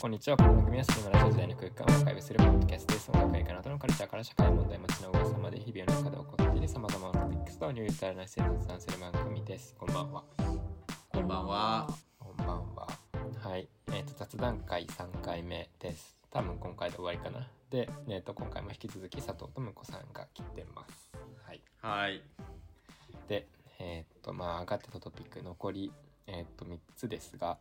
こんにちは。この番組はシネマラジオ時代の空間をアーカイブするポッドキャストです。音楽やかなどのカルチャーから社会問題、街の噂まで日々の中で起こっている様々なトピックスとニュートラルな視点を伝する番組です。こんばんは。こんばんは。こんばんは。はい。えっ、と、雑談会3回目です。多分今回で終わりかな。で、えっ、と、今回も引き続き佐藤智子さんが来てます。はい。はい。で、えーっと、まあ、上がってたトピック、残り、えーっと、3つですが、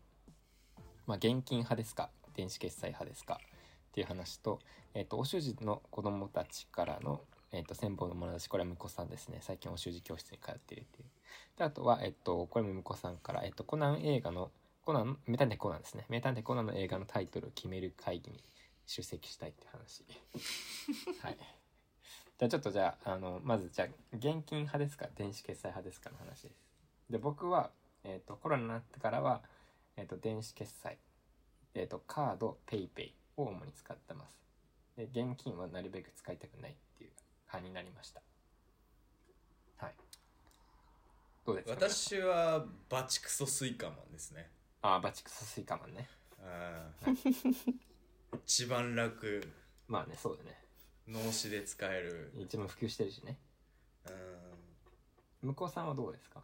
まあ、現金派ですか、電子決済派ですかっていう話と、えーっと、お習字の子供たちからの、えーっと、先方の友達、これは向こうさんですね。最近お習字教室に通っているっていう。で、あとは、えーっと、これも向こうさんから、えーっと、コナン映画の、コナン、名探偵コナンですね。名探偵コナンの映画のタイトルを決める会議に出席したいって話。はい。じゃあちょっとじゃあ、あの、まずじゃあ、現金派ですか、電子決済派ですかの話です。で、僕は、えっ、と、コロナになってからは、えっ、と、電子決済、えっ、と、カード、ペイペイを主に使ってます。で、現金はなるべく使いたくないっていう派になりました。はい。どうですか皆さん私はバチクソスイカマンですね。あー、バチクソスイカマンね。うん 一番楽、まあね、そうだね。脳死で使える。一番普及してるしね。うん向こうさんはどうですか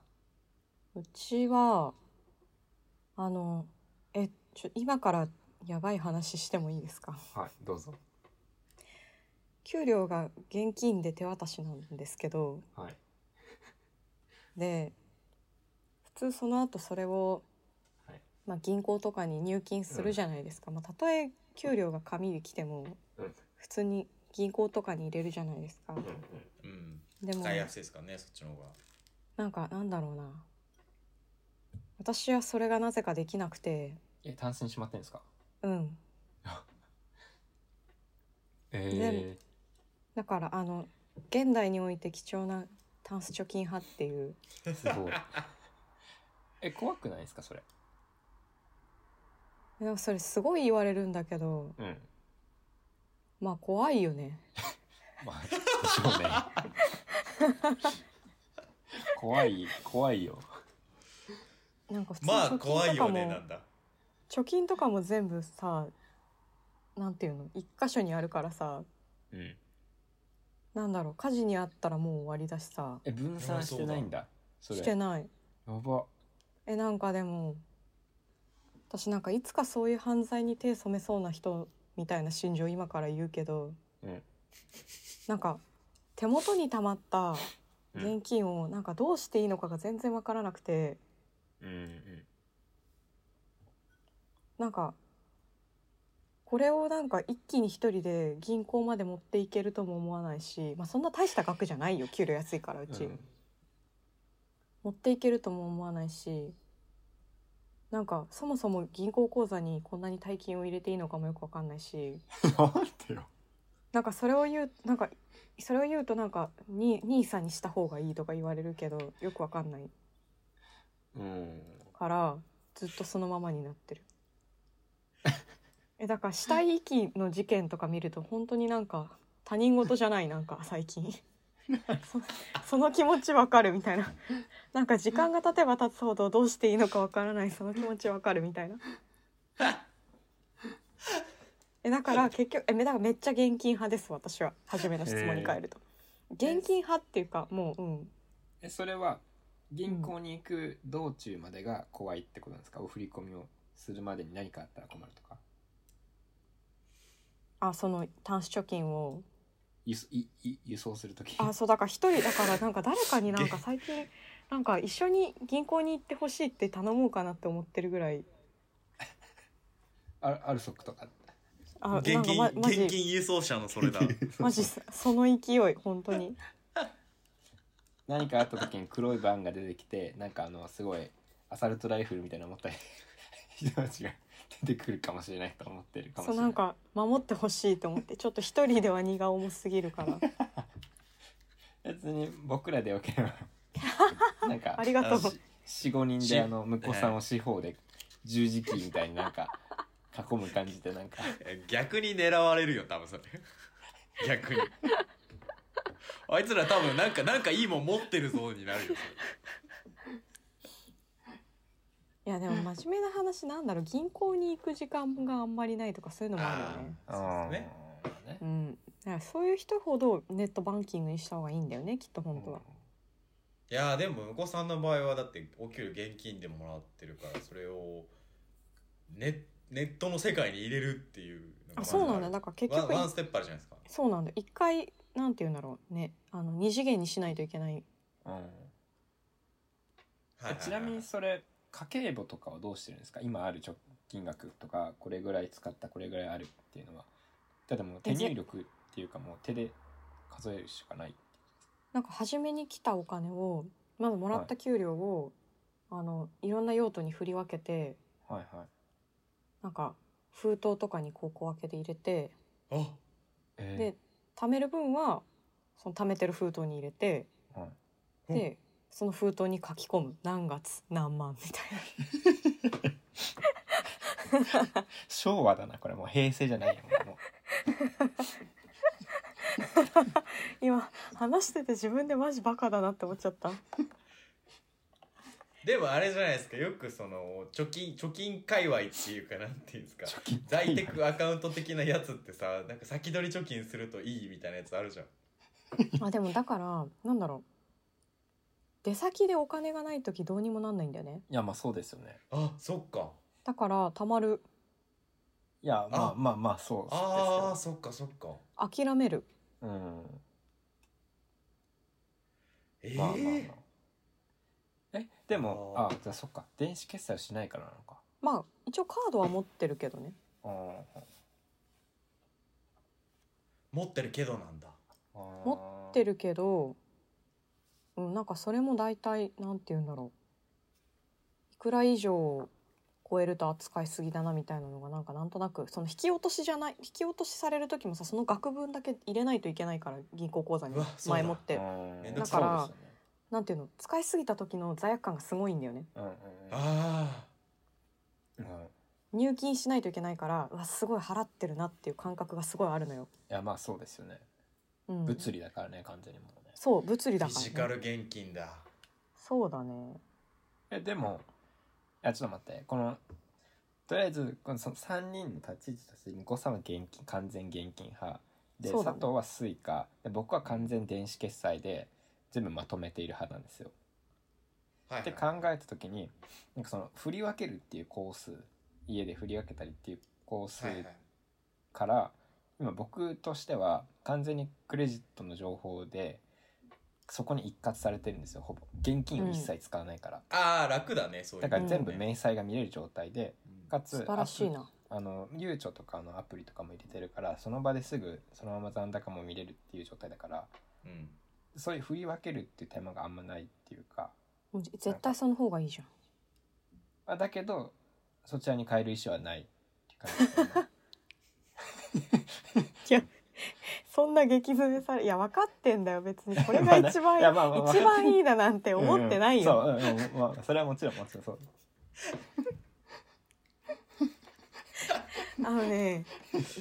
うちは、あの、え、ちょ、今からやばい話してもいいですかはい、どうぞ。給料が現金で手渡しなんですけど、はい。で、普通その後それを、はい。まあ、銀行とかに入金するじゃないですか。まあ、たとえ給料が紙で来ても、うん。普通に銀行とかに入れるじゃないですかう。んうん。うん。でも使、いやすいですかね、そっちの方が。なんか、なんだろうな。私はそれがなぜかできなくて、え、単身しまってんですかうん。えだから、あの、現代において貴重なタンス貯金派っていう、ー、すごい。 え、怖くないですか、それ。でもそれすごい言われるんだけど、うん。まあ怖いよね。まあ、でしょうね。 怖い、怖いよ。なんか普通まあ貯怖金いとかよも、ね、なんだ。貯金とかも全部さ、なんていうの、一箇所にあるからさ、うん。なんだろう、火事にあったらもう終わりだしさ、え、分散してないんだ。それ。しやてない。ば。え、なんかでも、私なんかいつかそういう犯罪に手染めそうな人みたいな心情今から言うけど、うん。なんか手元に溜まったうん現金をなんかどうしていいのかが全然わからなくて、うんうん。なんか、これをなんか一気に一人で銀行まで持っていけるとも思わないし、まあそんな大した額じゃないよ、給料安いからうち。うん持っていけるとも思わないし、なんかそもそも銀行口座にこんなに大金を入れていいのかもよくわかんないし、なん てよ。なんかそれを言う、なんか、それを言うとなんか、に、兄さんにした方がいいとか言われるけど、よくわかんないうん。から、ずっとそのままになってる。え、だから死体遺棄の事件とか見ると本当になんか他人事じゃないなんか最近。そその気持ちわかるみたいな。なんか時間が経てば経つほどどうしていいのかわからないその気持ちわかるみたいな。え、だから結局、え、めだからめっちゃ現金派です私は。初めの質問に変えると。現金派っていうかもう、うん。え、それは、銀行に行く道中までが怖いってことなんですか、お振り込みをするまでに何かあったら困るとか。あ、その、単子貯金を輸送いい輸送するとき。あ、そう、だから一人、だからなんか誰かになんか最近、なんか一緒に銀行に行ってほしいって頼もうかなって思ってるぐらい。ある、ある即とか。あ、現金、なんかま、マ現ジ、金輸送車のそ れだ。マジ、その勢い、本当に。何かあった時に黒いバンが出てきてなんかあのすごいアサルトライフルみたいなの持ったり 人たちが出てくるかもしれないと思ってるかもしそれなう、いなんか守ってほしいと思って、ちょっと一人では荷が重すぎ るから。別に僕らでよけれ ばなんかありがとう。 45人しであの向こうさんを四方で十字キーみたいになんか囲む感じでなんか逆に狙われるよ、多分それ。 逆に。あいつら多分なんか、なんかいいもん持ってるぞになるよ。いやでも真面目な話なんだろう銀行に行く時間があんまりないとかそういうのもあるよね。そうですねうんねうん、だからそういう人ほどネットバンキングにした方がいいんだよねきっと本当は。いやーでもお子さんの場合はだってお給料現金でもらってるからそれをネネットの世界に入れるっていうのがあまずそうなんあだるだから結ワン局いワンステップあるじゃないですかそうなんだ一回なんて言うんだろうねあの二次元にしないといけないはいはいはいちなみにそれ家計簿とかはどうしてるんですか今ある貯金額とかこれぐらい使ったこれぐらいあるっていうのはただもう手入力っていうかもう手で数えるしかないなんか初めに来たお金をまずもらった給料を、い、あのいろんな用途に振り分けてはいはいなんか封筒とかにこう小分けで入れてあえで貯める分はその貯めてる封筒に入れてーはい、でその封筒に書き込む何月何万みたいな昭和だなこれもう平成じゃないよもう今話してて自分でマジバカだなって思っちゃったでもあれじゃないですかよくその貯金貯金界隈っていうかなんていうんですか貯金 在宅アカウント的なやつってさなんか先取り貯金するといいみたいなやつあるじゃんあでもだからなんだろう出先でお金がない時どうにもなんないんだよねいやまあそうですよねあそっかだから貯まるいやまああまあまあそうですあーよそっかそっか諦めるうんええまあまあまあえでもああーじゃあそっか電子決済はしないからなのかまあ一応カードは持ってるけどねあ持ってるけどなんだーあー持ってるけど、うん、なんかそれも大体なんて言うんだろういくら以上超えると扱いすぎだなみたいなのがなんかなんとなくその引き落としじゃない引き落としされる時もさその額分だけ入れないといけないから銀行口座にうわそうだ前もってうんめんどくさいだからそうですよねなんていうの使いすぎた時の罪悪感がすごいんだよねうんうんあうんうんい入金しないといけないからうわすごい払ってるなっていう感覚がすごいあるのよ、やまあそうですよねうん、物理だからね完全にもうねそう物理あフだィから、ね、ジカル現金だそうだねえでもいやちょっと待ってこのとりあえずこのその3人の立ち位置としてニコさんは現金完全現金派で、そうだ佐ね藤はスイカで僕は完全電子決済で全部まとめている派なんですよ。はい、って考えた時になんかその振り分けるっていうコース家で振り分けたりっていうコースはいはいから、今僕としては完全にクレジットの情報でそこに一括されてるんですよほぼ現金を一切使わないから、ああ楽だねそういうだのねから全部明細が見れる状態で、かつ素晴らしいアなプあのゆうちょとかのアプリとかも入れてるからその場ですぐそのまま残高も見れるっていう状態だからうんそういう振り分けるっていう手間があんまないっていうかうん絶対その方がいいじゃんあだけどそちらに変える意思はないっていう感じですねそんな激詰めされいや分かってんだよ別 にこれが一番いいや まあまあまあ一番いいだなんて思ってないよ、うんうんそう、うんうんまあ、それはもちろんもちろんそうあのね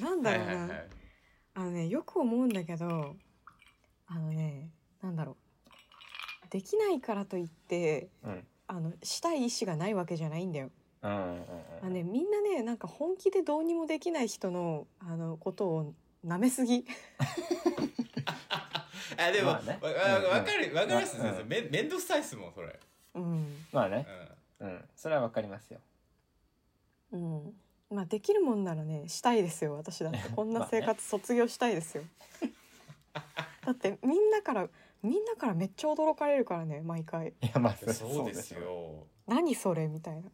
なんだろうな、はいはいはいあのねよく思うんだけどあのねなんだろうできないからといってうんあのしたい意思がないわけじゃないんだようんうんうんあのねみんなねなんか本気でどうにもできない人のあのことを舐めすぎあでも、まあねわうんうんわわかるわかりますまあ先生うんめめんどくさいっすもんそれ、うんまあうね、ん、うん、それはわかりますようんまあできるもんならねしたいですよ私だって こんな生活卒業したいですよだってみんなからみんなからめっちゃ驚かれるからね毎回いやまあそうですよ「何それ」みたいな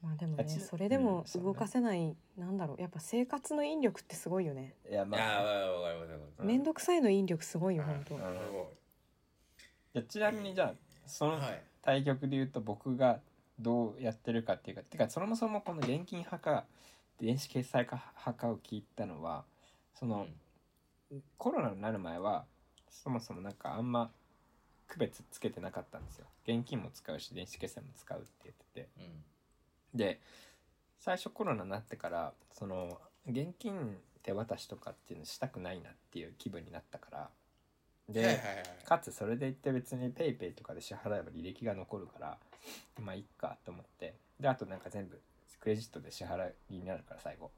まあでもあねちそれでもうんそうね動かせない、なんだろうやっぱ生活の引力ってすごいよねいやいまやあわかりますわかりますうん面倒くさいの引力すごいよはい本当うんすごいいやちなみにじゃあそのはい対局で言うと僕がどうやってるかっていうかてかそもそもこの現金派か電子決済か派かを聞いたのはその、コロナになる前はそもそもなんかあんま区別つけてなかったんですよ現金も使うし電子決済も使うって言っててうんで最初コロナになってからその現金手渡しとかっていうのしたくないなっていう気分になったからはいはいではいはいかつそれで言って別に PayPay ペイペイとかで支払えば履歴が残るからまあいっかと思ってであとなんか全部クレジットで支払いになるから最後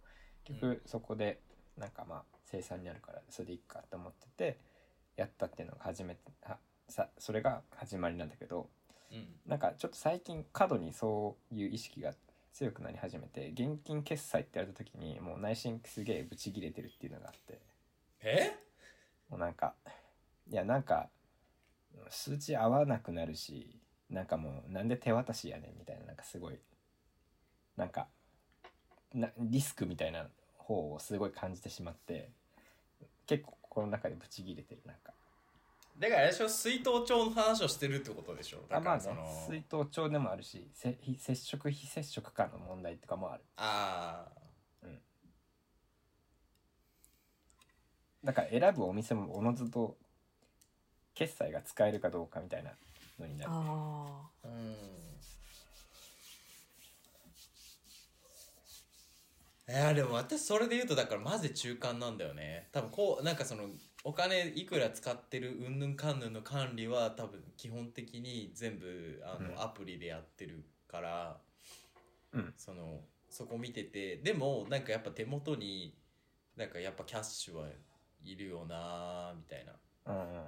結う局そこでなんかまあ生産になるからそれでいっかと思っててやったっていうのが初めてあさそれが始まりなんだけどうんなんかちょっと最近過度にそういう意識が強くなり始めて現金決済ってやれた時にもう内心すげえブチギレてるっていうのがあって。えもうなんかいやなんか数値合わなくなるしなんかもうなんで手渡しやねんみたいななんかすごいなんかなリスクみたいな方をすごい感じてしまって結構心の中でブチギレてるなんかだからあれでしょ水筒帳の話をしてるってことでしょあだかまあらねその水筒帳でもあるしせ非接触非接触感の問題とかもあるああだから選ぶお店もおのずと決済が使えるかどうかみたいなのになるあうあんいやでも私それで言うとだからマジで中間なんだよね多分こうなんかそのお金いくら使ってるうんぬんかんぬんの管理は多分基本的に全部あの、うんアプリでやってるから、うんそのそこ見ててでもなんかやっぱ手元になんかやっぱキャッシュはいるよなーみたいなうんうんうん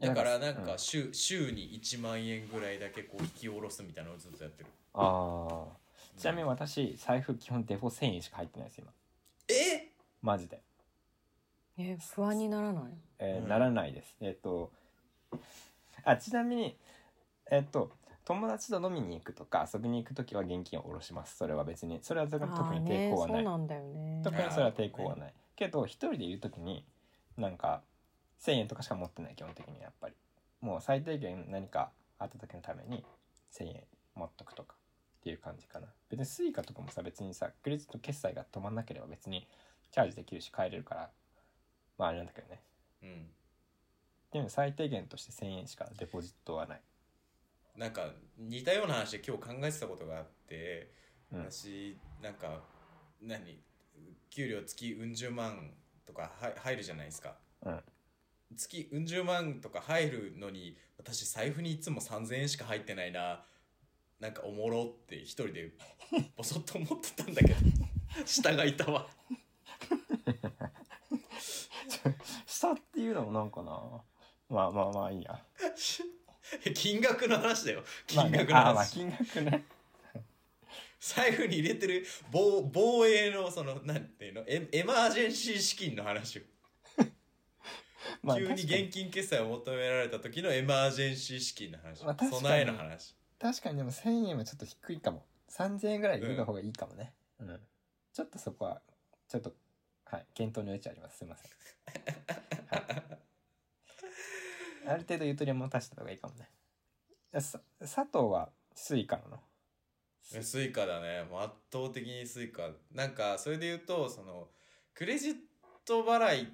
だからななんんかうかん週,、週に1万円ぐらいだけこう引き下ろすみたいなのをずっとやってるああちなみに私財布基本デフォ1000円しか入ってないです今えマジで、え不安にならないえーうんならないですえっ、とあちなみにえっ、と友達と飲みに行くとか遊びに行く時は現金を下ろしますそれは別にそれは特にああ抵ね抗そはなうい、なんだよね特にそれは抵抗はないけど一人でいる時になんか1,000円とかしか持ってない基本的にやっぱりもう最低限何かあった時のために1,000円持っとくとかっていう感じかな別に Suica とかもさ別にさクレジット決済が止まんなければ別にチャージできるし帰れるからまああれなんだけどねうんでも最低限として1,000円しかデポジットはない なんか似たような話で今日考えてたことがあって、うん私なんか何給料月うん十万とかは入るじゃないですか、うん月うん十万とか入るのに私財布にいつも3,000円しか入ってないななんかおもろって一人でボソッと思ってたん だけど下がいたわ下っていうのもなんかなまあまあまあいいや 金額の話だよ金まあね額のあーまあ話、金額ね財布に入れてる防防衛のそのなんていうのエエマージェンシー資金の話をまあ急に確か現金決済を求められた時のエマージェンシー資金の話、まあ確かに備えの話確かにでも1000円はちょっと低いかも3000円ぐらい入れた方がいいかもね、うんちょっとそこはちょっとはい検討の余地ありますすいません、はい、ある程度ゆとりを持たせた方がいいかもねえさ佐藤はスイカなのえスイカだねもう圧倒的にスイカなんかそれで言うとそのクレジット払いっ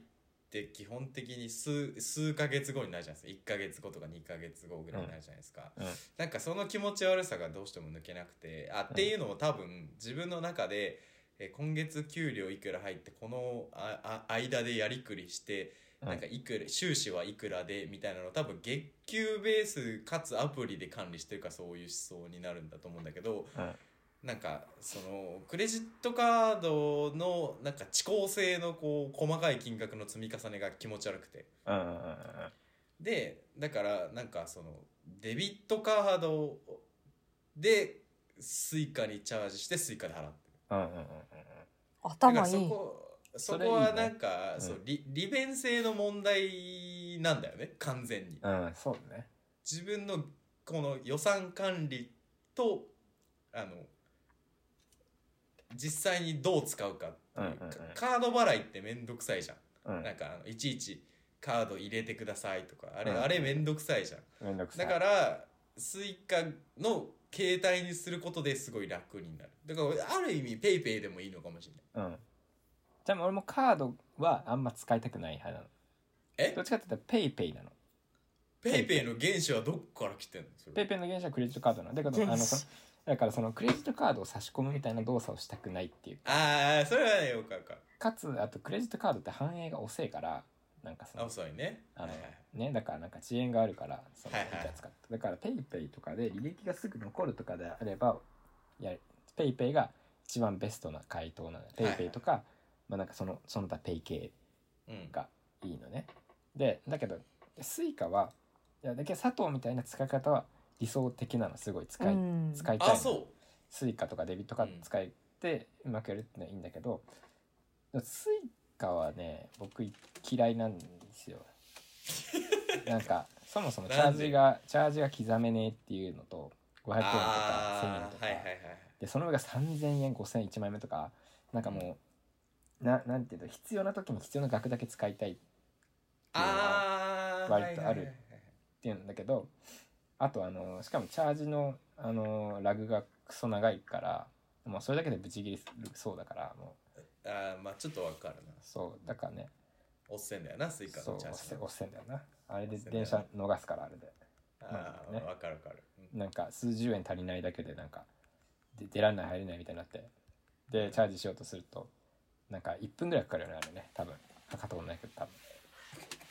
て基本的に数数ヶ月後になるじゃないですか1ヶ月後とか2ヶ月後ぐらいになるじゃないですか、うんうんなんかその気持ち悪さがどうしても抜けなくてあっていうのも多分自分の中で、え今月給料いくら入ってこのああ間でやりくりしてうんなんかいくら収支はいくらでみたいなの多分月給ベースかつアプリで管理してるからそういう思想になるんだと思うんだけど、うんなんかそのクレジットカードのなんか遅効性のこう細かい金額の積み重ねが気持ち悪くてうんうんうんうんでだからなんかそのデビットカードでスイカにチャージしてスイカで払ってる。うんうんうんうんだから頭いそいこそそれいいこねはなんかうんそう利利便性の問題なんだよね完全に。うんうんそうだね自分のこの予算管理とあの実際にどう使うかっていう,うんうんうんか、カード払いって面倒くさいじゃん、うんなんかあのいちいちカード入れてくださいとかあれ、うんあれ面倒くさいじゃんめんどくさだいからスイカの携帯にすることですごい楽になるだからある意味ペイペイでもいいのかもしれなういんじゃあ俺もカードはあんま使いたくない派なのえどっちかって言ったらペイペイなのペイペイの原資はどこから来てんのそれペイペイの原資はクレジットカードなんだけど原資あのそのだからそのクレジットカードを差し込むみたいな動作をしたくないっていうああそれはねよくわかるかつあとクレジットカードって反映が遅いからなんかそあの遅いねあのはいはいねだからなんか遅延があるからそのはいはいいくら使ってだから PayPay とかで履歴がすぐ残るとかであればや PayPay が一番ベストな回答なのよはいはい PayPay とか、まあなんかそのその他 PayK うんがいいのねでだけど Suica はいやだけど佐藤みたいな使い方は理想的なのすごい使い、うん使いたいあのそ Suica とかデビットカード使えてうまくやるってのはいいんだけど、Suica はね僕嫌いなんです よなんかそもそもチャージがチャージが刻めねえっていうのと500円とか1000円あとあか、はいはいはいでその上が3000円5000円1万円目とかなんかもう、ななんていうの必要な時に必要な額だけ使いたいああ割とあるっていうんだけどあとあのしかもチャージのあのラグがクソ長いからもうそれだけでブチ切りするそうだからもあーまあちょっとわかるなうそうだからねおっせんだよなスイカそうの押チャージせな押せんだよなあれで押せんだよ電車逃すからあれでああねわかるわかるうんなんか数十円足りないだけでなんかで出られない入れないみたいになってでチャージしようとするとなんか1分ぐらいかかるよねあれね多分測ったことないけど多分うん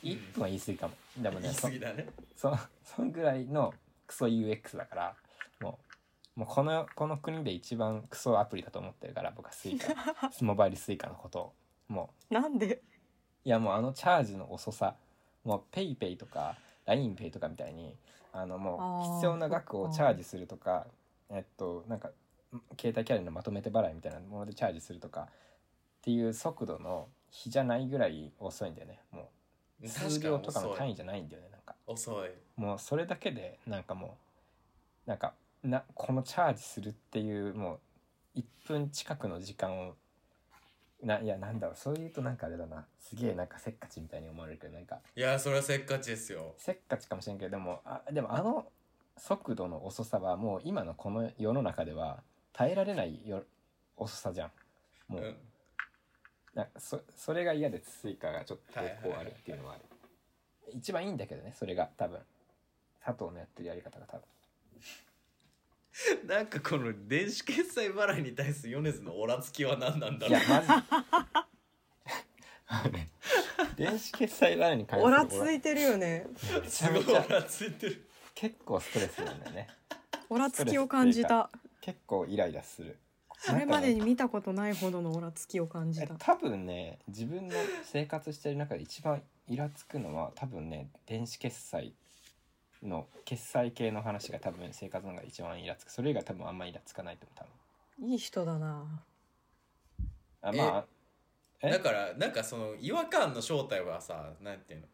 1分は言い過ぎかもでもね言いそ過ぎだねそそんぐらいのクソ UX だからもうもうこのこの国で一番クソアプリだと思ってるから僕はス イカモバイルスイカのことをもなんでういやもうあのチャージの遅さもうペイペイとか LINEPay とかみたいにあのもあーう必要な額をそっかチャージするとかえっとなんかん携帯キャリアのまとめて払いみたいなものでチャージするとかっていう速度の比じゃないぐらい遅いんだよねもう数秒とかの確か単に位じゃないんだよねなんか遅い遅いもうそれだけでなんかもうなんかなこのチャージするっていうもう1分近くの時間をないやなんだろうそういうとなんかあれだなすげえなんかせっかちみたいに思われるけどなんかいやそれはせっかちですよせっかちかもしれんけどでもあでもあの速度の遅さはもう今のこの世の中では耐えられないよ遅さじゃん。うもうんなんかそそれが嫌でスイカがちょっとこうあるっていうのはある一番いいんだけどねそれが多分佐藤のやってるやり方が多分。なんかこの電子決済払いに対する米津のオラつきは何なんだいろうや、まず。あのね電子決済ラインに関すおるらついてるよね俺めちすゃごめいちゃオラついてる結構ストレスなんだよね。おらつきを感じた結構イライラする。それまでに見たことないほどのオラつきを感じえた多分ね、自分の生活してる中で一番イラつくのは、多分ね、電子決済の決済系の話が多分生活の中で一番イラつく。それ以外多分あんまイラつかないと思う、いい人だな多分。あ、まあ、えだからなんかその違和感の正体はさなんていうの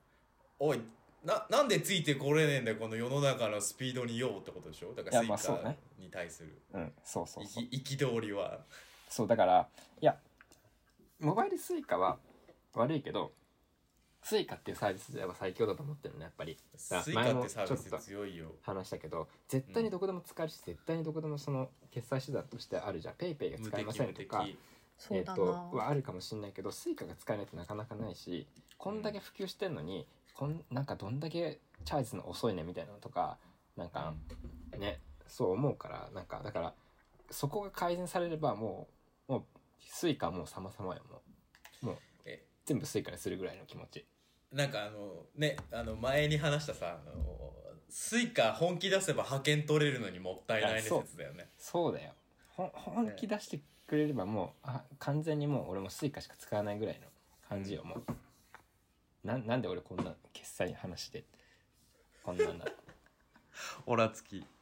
おいななんでついてこれねえんだよこの世の中のスピードにようってことでしょだかいやまらあスイそうカねに対するうん、そうそうそう。憤りはそうだからいやモバイルスイカは悪いけどスイカっていうサービスでは最強だと思ってるのねやっぱりだスかイら前カっもてサービちょっスと強いよ話したけど絶対にどこでも使えるし、絶対にどこでもその決済手段としてあるじゃんペイペイが無使え敵ませ無んと敵かそえうっだとな、はあるかもしれないけどスイカが使えないってなかなかないしこんだけ普及してんのにこんなんかどんだけチャージするの遅いねみたいなのとかなんか、ねそう思うからなんかだからそこが改善されればもうもうスイカもう様々よもうもうえ全部スイカにするぐらいの気持ちなんかあのねあの前に話したさあのスイカ本気出せば派遣取れるのにもったいないあねそう説だよねそうだよほん本気出してくれればもうあ完全にもう俺もスイカしか使わないぐらいの感じよもうななんで俺こんな決済の話でこんなんだオラつき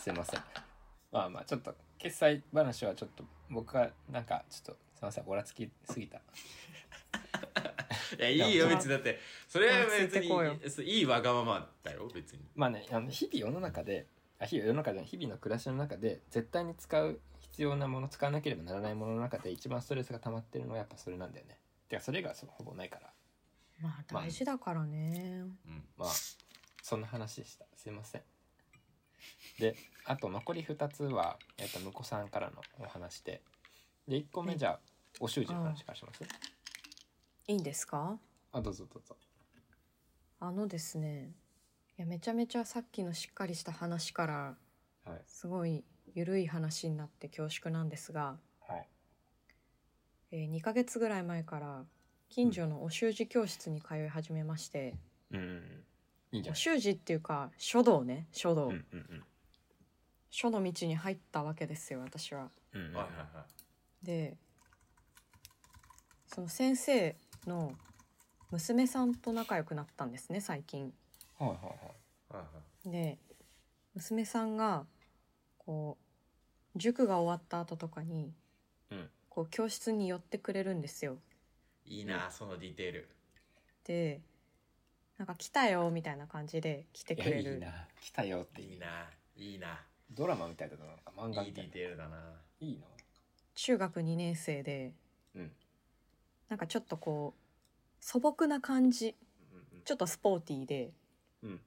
すいませんまあまあちょっと決済話はちょっと僕はなんかちょっとすいませんオラつきすぎたいやいいよいや別にだってそれは別ついてこうよにそういいわがままだよ別にまあね、あの日々世の中で、あ日々世の中じゃない日々の暮らしの中で、絶対に使う必要なもの、使わなければならないものの中で、一番ストレスが溜まってるのはやっぱそれなんだよね。てか、それがそほぼないから。まあ大事だからね、うんまあ、そんな話でした。すいません。で、あと残り2つは、えっと、婿さんからのお話で。で、1個目じゃあ、お習字の話からします。いいんですかあ、どうぞどうぞ。あのですねいやめちゃめちゃさっきのしっかりした話からはい。すごい緩い話になって恐縮なんですが、はい。えー、2ヶ月ぐらい前から近所のお習字教室に通い始めまして、うん。いいんじゃおない習字っていうか書道ね書道、うんうん書の道に入ったわけですよ私は。うん。うんうんはいはいはいでその先生の娘さんと仲良くなったんですね最近。はいはいはい。はいはいで娘さんがこう塾が終わった後とかに、うんこう教室に寄ってくれるんですよ。いいなそのディテールでなんか来たよみたいな感じで来てくれいやいいる。な来たよっていいいうないいなドラマみたいだななんか漫画いいみたデいィなテールだないいな中学2年生で、うんなんかちょっとこう素朴な感じうんちょっとスポーティーでうん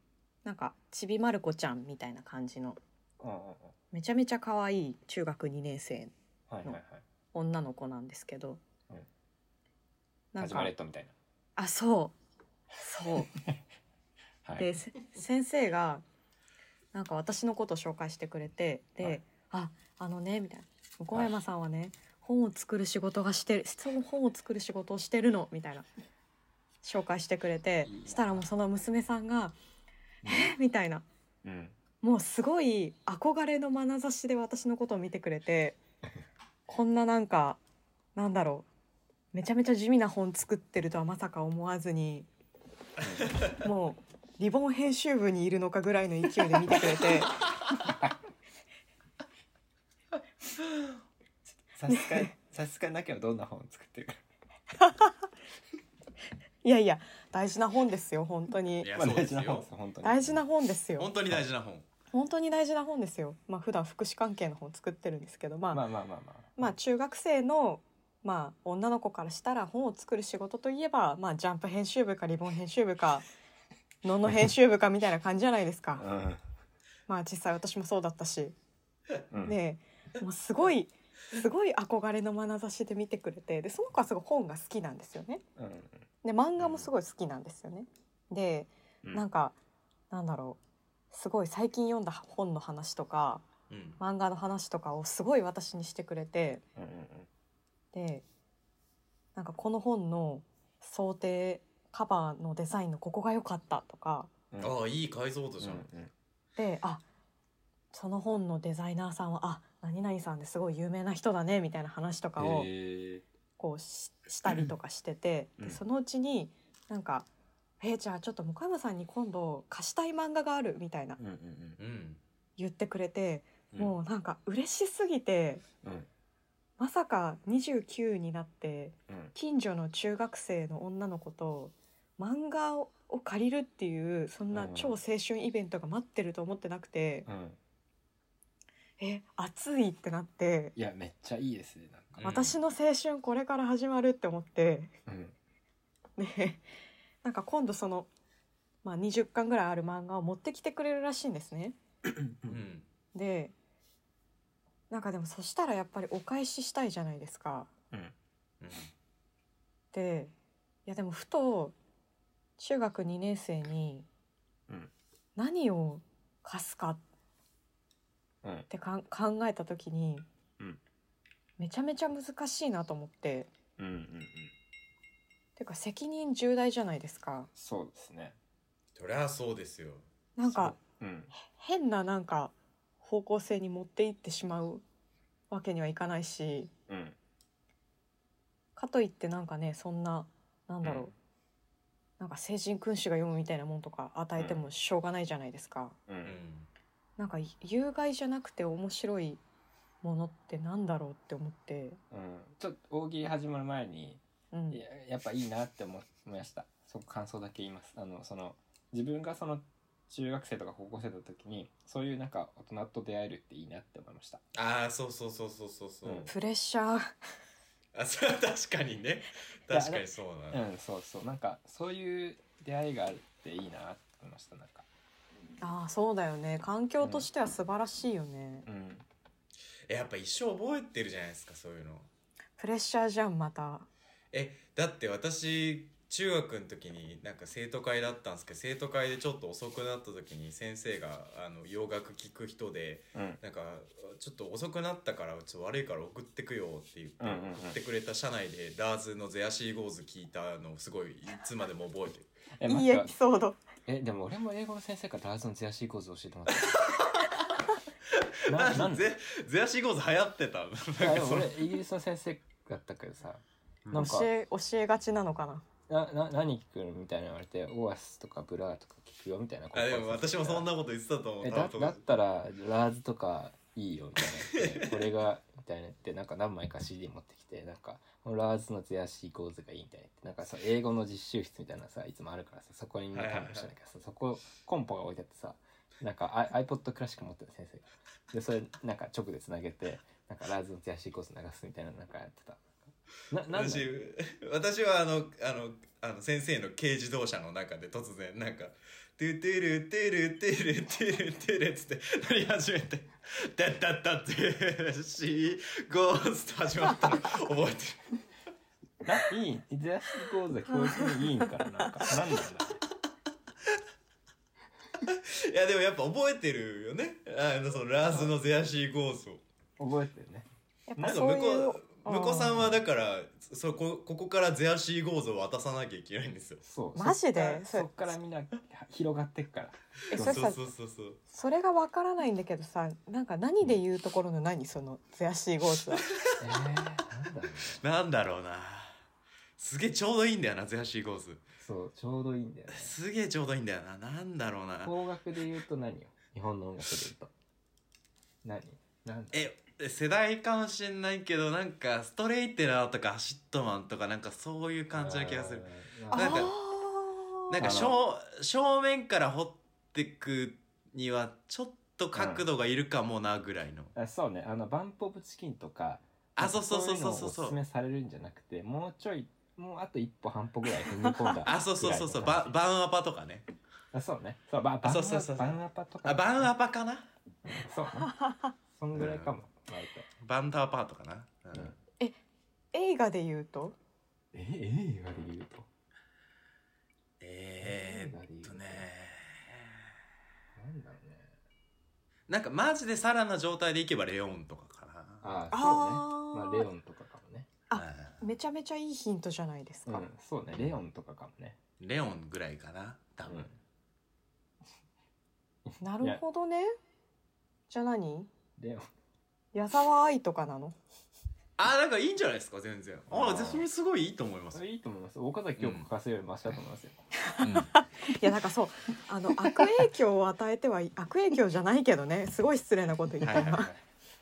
なんかちびまる子ちゃんみたいな感じのうんうんうんめちゃめちゃ可愛い中学2年生はいはいはい女の子なんですけど、うんなん始まかれとみたいあそう そうなはいで、せ先生がなんか私のことを紹介してくれてで、はいああのねみたいな横山さんはね、本を作る仕事がしてるその本を作る仕事をしてるのみた いな紹介してくれていいなしたらもうその娘さんがうん「えみたいなうんもうすごい憧れの眼差しで私のことを見てくれてこんななんかなんだろうめちゃめちゃ地味な本作ってるとはまさか思わずにもうリボン編集部にいるのかぐらいの勢いで見てくれてさすが さすがなきゃどんな本作ってるかいやいや大事な本ですよ本当にいやまあそうで大す事な本よです本当に大事な本ですよ本当に大事な本本当に大事な本ですよまあ普段福祉関係の本作ってるんですけどまあ、まあまあまあままああ。中学生のまあ女の子からしたら本を作る仕事といえばまあジャンプ編集部かリボン編集部かのの編集部かみたいな感じじゃないですかあまあ実際私もそうだったし、うんうんでもうすごいすごい憧れの眼差しで見てくれてでその子はすごい本が好きなんですよね。うんで漫画もすごい好きなんですよね。でうんなんかなんだろうすごい最近読んだ本の話とかうん漫画の話とかをすごい私にしてくれて。うんうんでなんかこの本の想定カバーのデザインのここが良かったとかうんああいい解像度じゃんうんうんであその本のデザイナーさんはあ何々さんですごい有名な人だねみたいな話とかをへえこうししたりとかしてて、うんでそのうちになんか「えーじゃあちょっと向山さんに今度貸したい漫画がある」みたいなうんうんうん言ってくれて、うんもうなんか嬉しすぎてうんまさか29になってうん近所の中学生の女の子と漫画を借りるっていうそんな超青春イベントが待ってると思ってなくて、うんえ暑いってなって、いやめっちゃいいですねなんかうん私の青春これから始まるって思ってうんでなんか今度その、まあ、20巻ぐらいある漫画を持ってきてくれるらしいんですね。ううんんでなんかでもそしたらやっぱりお返ししたいじゃないですか。うんうんでいやでもふと中学2年生にうん何を貸すかっうんてかん考えた時に、うんめちゃめちゃ難しいなと思ってうんうんうんてか責任重大じゃないですかそうですねそりゃそうですよなんかうん変ななんか方向性に持っていってしまうわけにはいかないしうんかといってなんかねそんななんだろう、うんなんか成人君主が読むみたいなもんとか与えてもしょうがないじゃないですか。ううんんなんか有害じゃなくて面白いものってなんだろうって思って、うんちょっと大喜利始まる前にうん、いややっぱいいなって思いましたそこ感想だけ言いますあのその自分がその中学生とか高校生だった時にそういうなんか大人と出会えるっていいなって思いましたああそうそうそうそうそうそううんプレッシャー あそれは確かにねいや確かにそうなうのんそうそうなんかそういう出会いがあるっていいなって思いましたなんかああそうだよね環境としては素晴らしいよね、うんえやっぱ一生覚えてるじゃないですかそういうのプレッシャーじゃんまたえだって私中学の時になんか生徒会だったんですけど生徒会でちょっと遅くなった時に先生があの洋楽聴く人でうんなんかちょっと遅くなったからちょっと悪いから送ってくよって言ってうんうんうん送ってくれた社内でダーズの「ゼアシーゴーズ」聞いたのをすごいいつまでも覚えてる。えい待いエっピてソード。えでも俺も英語の先生からダーズのゼアシー構図教えてもらった ななんで ゼゼアシーゴーズ流行ってたなんいかやでもその俺イギリスの先生だったけどさなんか教え教えがちなのかな。なな何聞くのみたいなの言われてオアシスとかブラーとか聞くよみたいなあでも私もそんななこと言ってたと思えうだ多分だったらラーズとかいいよみたいな言ってこれがみたいな言ってなんか何枚か CD 持ってきてなんかこのラーズのゼアシー構図がいいみたいな言ってなんかさ英語の実習室みたいなのさいつもあるからさそこにねはいはいはい担保したんだけどさそこコンポが置いてあってさなんか I- iPod クラシック持ってる先生がでそれなんか直でつなげてなんかラーズのゼアシー構図流すみたいななんかやってたななんだ私私はあのあのあの先生の軽自動車の中で突然なんか「トゥトゥルトゥルトゥルトゥルトゥル」っつって乗り始めて「ダッダッダットゥー シーゴース」って始まったの覚えてるないい、ジラシック講座教育にいいんからなんか、なんだろうな。いやでもやっぱ覚えてるよねあのそのラーズのゼアシーゴースを。覚えてるね。やっなぱんかそう向こいうう向こうさんはだからそこここからゼアシーゴーズを渡さなきゃいけないんですよ。そう。マジでそっからそっからみんな広がってっから。えそそうれそうそさうそうそう。それがわからないんだけどさなんか何で言うところの何 その悔しいゴースはえー、なんだろうね。なんだろうな。すげえちょうどいいんだよなゼアシーゴーズ。そう、ちょうどいいんだよね。すげえちょうどいいんだよな。なんだろうな。邦楽で言うと何よ。日本の音楽で言うと。何なんだえ、世代かもしんないけど、なんか、ストレイテラーとか、アシットマンとか、なんかそういう感じな気がする。。ああーなんかーなんかあの正、正面から掘ってくには、ちょっと角度がいるかもな、ぐらいの。あそうね、あの、バンプ・オブ・チキンとか、あ、そうそうそういそうのそうそおすすう。めされるんじゃなくて、もうちょい、もうあと一歩半歩ぐらい踏み込んだ。 あ、そうそうそうそう。ぐらいのバ感じバンアパとかね。あそうね。そう、ババンそうそうそうアバンアパとか。あ、バンアパかなそうね。そんぐらいかも。割と。バンダーパーとかな。うんうん 映画で言うとえ、映画で言うと。えーっとね。なんだろうね。なんかマジでサラな状態でいけばレオンとかかな。ああ、そあうね。ーまあ、レオンとかかもね。あうめちゃめちゃいいヒントじゃないですうか、ん、そうね。レオンとかかもね。んレオンぐらいかな多う分、ん。なるほどねじゃあ何レオン。矢沢愛とかなのあーなんかいいんじゃないですか全然あああーそれすごいいいと思いますそ、れいいと思います。岡崎京子かせよりマシだと思いますよ。いやなんかそうあの悪影響を与えてはい悪影響じゃないけどねすごい失礼なこと言っはたいはい今、はい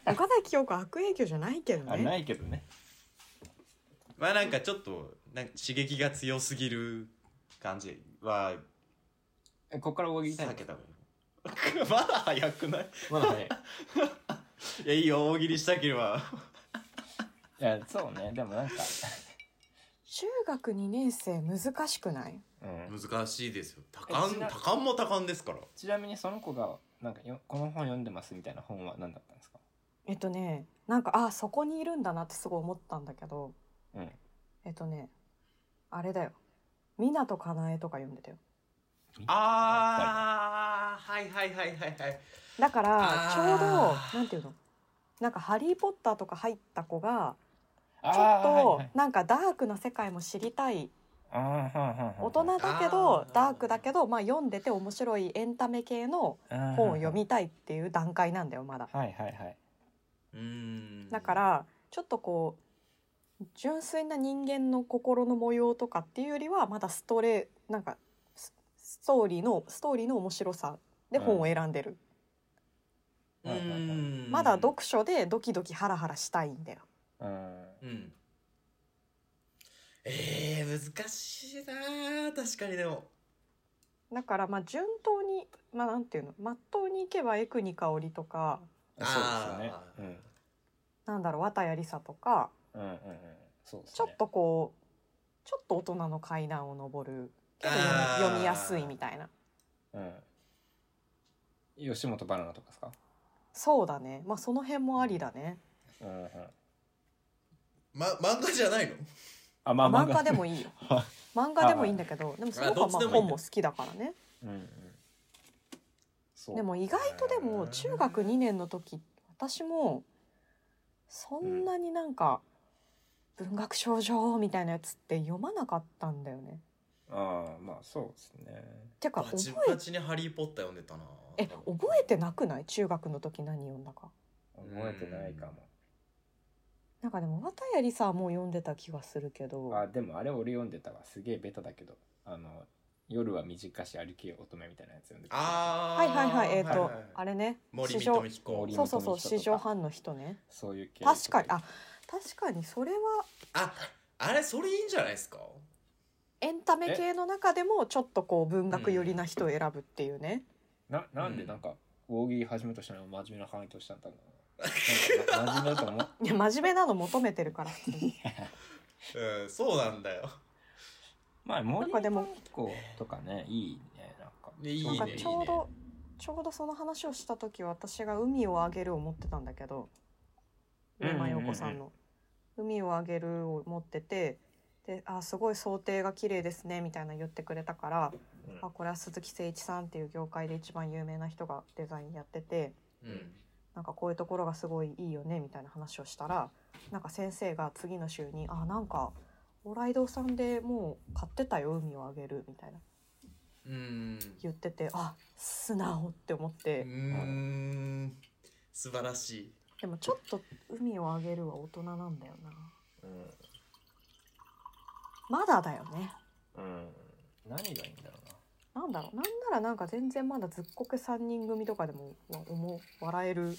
岡崎京子悪影響じゃないけどあ、なねいけどね。まあなんかちょっとなんか刺激が強すぎる感じはえここから大喜利タイ避ムけ。た方がいいまだ早くないまだね。いやいいよ大喜利したければいや、そうね。でもなんか、中学2年生難しくないうん。難しいですよ多感えちな多感も多感ですからちなみにその子が、なんかよ、この本読んでますみたいな本は何だったんですかえっとねなんかあそこにいるんだなってすごい思ったんだけどうん。えっとねあれだよ湊かなえとか読んでたよああはいはいはいはいはいだからちょうどあーなんていうのなんか「ハリー・ポッター」とか入った子があーちょはっいとなんかダークな世界も知りたいあーはいはいはい大人だけどあーダークだけどまあ読んでて面白いエンタメ系の本を読みたいっていう段階なんだよまだ。はいはいはい。うーんだからちょっとこう純粋な人間の心の模様とかっていうよりはまだストレなんかスストーリーのストーリーの面白さで本を選んでる、うーんまだ読書でドキドキハラハラしたいんだよ。うん。うん。えー、難しいなー確かにでも。だからまあ順当にまあなんていうのまっとうにいけばエクニカオリとかそうですよねあ。うーん。なんだろう綿谷りさとかうんうんうん。そうですね。ちょっとこう、ちょっと大人の階段を登るけどあー読み読みやすいみたいなうん。吉本バナナとかですか。そうだねまあその辺もありだねうんうん。ま、漫画じゃないのあ、まあ、漫画でも。もいいよ漫画でもいいんだけどでもその子はまああどっちでもいい本んだも好きだからね うんうんそうでも意外とでも中学2年の時私もそんなになんか文学少女みたいなやつって読まなかったんだよね。ああまあそうですねてかバ覚チえバチに「ハリー・ポッター」読んでたなえ覚えてなくない中学の時何読んだか。覚えてないかも、なんかでも綿谷りさはもう読んでた気がするけどあでもあれ俺読んでたわすげえベタだけどあの夜は短し歩けよ乙女みたいなやつ読んでたあはいはいはいえっ、ー、と、あれれね森史上光彦森そうそうそう森本美史樹と上か半の人ねそういう系確かにあ確かにそれはああれそれいいんじゃないですかエンタメ系の中でもちょっとこう文学寄りな人を選ぶっていうね、ななんでなんか、大喜利始めとしたのに真面目な話としたんだ ろうななんか真面目だと思ういや真面目なの求めてるから普通にうんそうなんだよまあ森なんかで本も美樹子とかねいいねなんかいいねなんかいいねちょうどちょうどその話をした時私が「海をあげる」を持ってたんだけど上間陽子さんの「海をあげる」を持っててで「あすごい想定が綺麗ですね」みたいな言ってくれたからうんあこれは鈴木誠一さんっていう業界で一番有名な人がデザインやっててうんなんかこういうところがすごいいいよねみたいな話をしたらなんか先生が次の週に「あなんかオライドさんでもう買ってたよ海をあげる」みたいなうん言っててあ素直って思って。うーん素晴らしいでもちょっと海をあげるは大人なんだよな。うんまだだよね。うん、何がいいんだろうななんだろう。なんならなんか全然まだずっこけ三人組とかでもわ思う笑える。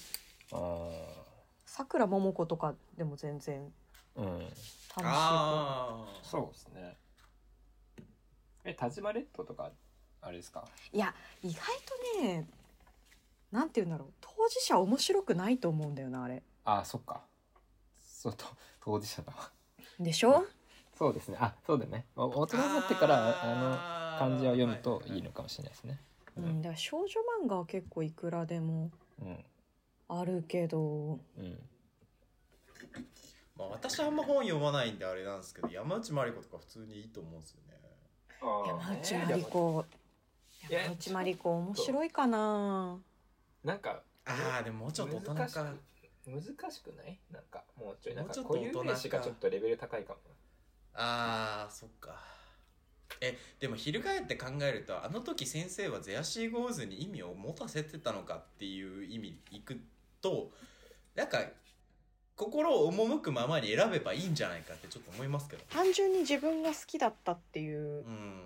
あさくらももことかでも全然ーうん楽しいと。ああそうですねえ田島列島とかあれですか意外とね、なんて言うんだろう。当事者面白くないと思うんだよな、あれ。あそっかそうと当事者だわでしょそうですねあそうだよねお大人になってからあの漢字を読むといいのかもしれないですねう。うんんだから少女漫画は結構いくらでもうんあるけど、うんまあ、私あんま本読まないんであれなんですけど山内まりことか普通にいいと思うんですよね山内まりこ。いや山内まりこ面白いかな。なんかああでももうちょっと大人難しくか難しくないなんかもうちょいなんかもうちょっと固有名詞が大人かちょっとレベル高いかもあーそっかえでも翻って考えるとあの時先生はゼアシーゴーズに意味を持たせてたのかっていう意味いくとなんか心を赴くままに選べばいいんじゃないかってちょっと思いますけど単純に自分が好きだったっていううん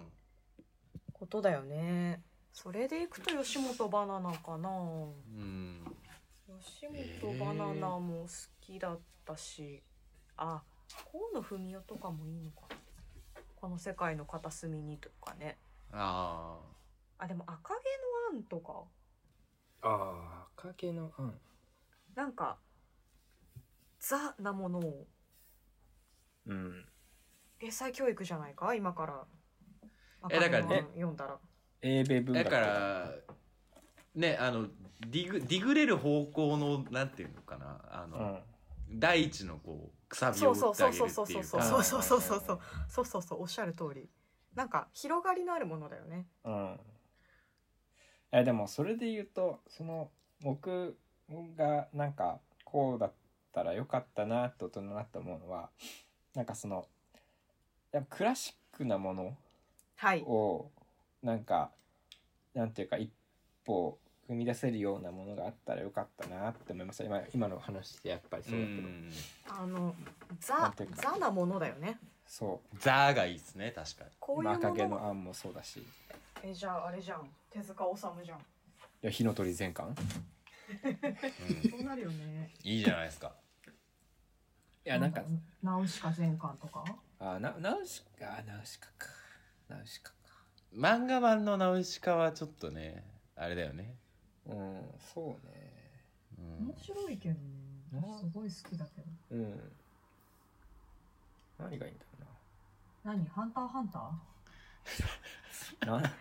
ことだよね。それでいくと吉本バナナかな。うん吉本バナナも好きだったし、あ、河野文夫とかもいいのかな。この世界の片隅にとかね。ああ、でも赤毛のアンとか、ああ影のうんなんかザなものをうん英才教育じゃないか今から。えだからね赤毛のアン読んだら。英米文だ学からねあのディグディグれる方向のなんていうのかなあうの、ん第一のこうくさびを打ってあげるっていうそうそうかそうそうそうそうそうそうそうおっしゃる通り。なんか広がりのあるものだよね。うん。えでもそれで言うとその僕がなんかこうだったらよかったなって大人になって思うのはなんかそのやっぱクラシックなものはい。をなんかなんていうか一歩踏み出せるようなものがあったらよかったなって思いました今今の話でやっぱりそううだけど、んあのなんザていうかザなものだよね。そザーがいいですね確かにこうういうも赤毛の。の案もそうだしえじゃああれじゃん。手塚治虫じゃん。いや火の鳥全巻そうなるよね。いいじゃないです かいやなんかナウシカ全巻とか。あなナウシカあナウシカかナウシカか漫画版のナウシカはちょっとねあれだよね、うん、そうね。うん、白いけどね。すごい好きだけど。うん。何がいいんだろ何ハンターハンター？うな。な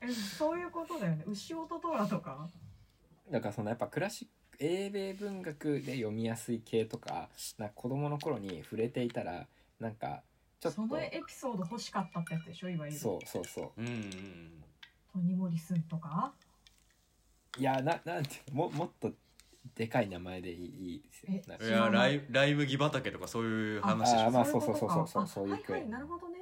えそういうことだよね。牛オトトラとか。だからそのやっぱクラシック英米文学で読みやすい系とかなんか子供の頃に触れていたらなんかちょっそのとエピソード欲しかったってやつでしょいわゆるそうそうそううんうんうん鬼森すんとかいやななんてももっとでかい名前でいいいいですよえなんかいやライブライブ木畑とかそういう話でしあーょまあいことかそうそうそうそうそういうあはいは系いなるほどね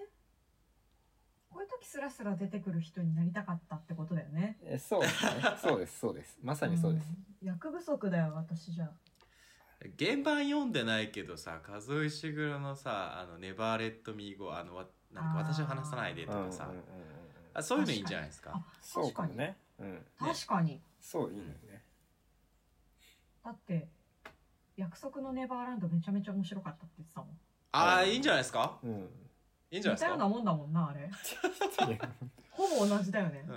こういう時スラスラ出てくる人になりたかったってことだよねえそうですねそうですそうですまさにそうです、うん役不足だよ私じゃ原版読んでないけどさ数石黒のさ「あのネバーレット・ミー・ゴー」あのわなんかあー私を話さないでとうんうんうかんさ、あそういうのいいんじゃないですかあそうかもねうん確かにそういいのよねだって約束のネバーランドめちゃめちゃ面白かったって言ってたもんああいいんじゃないですかうんいいんじゃないで似たすようかなもんだもんなあれいやほぼ同じだよね、うん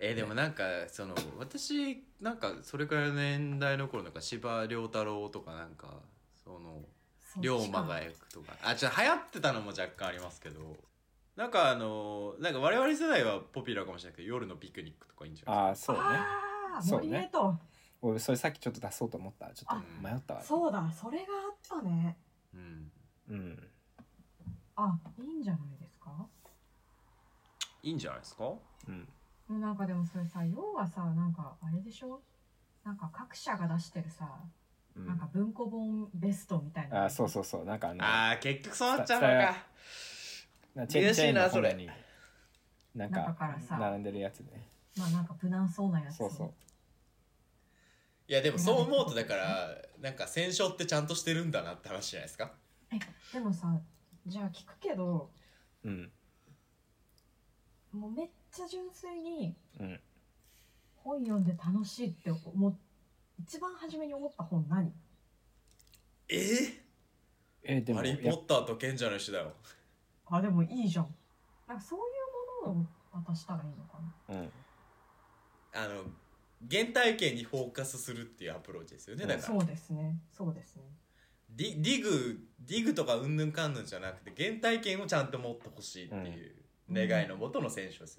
えーでもなんかその私なんかそれからいの年代の頃なんか司馬遼太郎とかなんかそのそっちか龍馬が行くとかあちょっと流行ってたのも若干ありますけどなんかあのなんか我々世代はポピュラーかもしれないけど夜のピクニックとかいいんじゃないああそうねああそうね森へと俺それさっきちょっと出そうと思ったちょっと迷ったわそうだそれがあったねですか、うん、うんあいいんじゃないですかいいんじゃないですかうんなんかでもそれさ要はさなんかあれでしょなんか各社が出してるさ、うなんかん文庫本ベストみたいなあそうそうそうなんかあのあー結局そうなっちゃうのかなチェーンチェーンの悔しいなそれ本になん中かからさ並んでるやつねまあなんか無難そうなやつそうそういやでもそう思うとだからなんか戦勝ってちゃんとしてるんだなって話じゃないですかでもさじゃあ聞くけどうんもうめっちゃ純粋にうん本読んで楽しいって思っ一番初めに思った本何えーえでもハリー・ポやッターと賢者の石だよあでもいいじゃんなんかそういうものを渡したらいいのかなうんあの原体験にフォーカスするっていうアプローチですよねだからそうですねそうですねディディグディグとかうんぬんかんぬんじゃなくて原体験をちゃんと持ってほしいっていううん願いのもとの選手です、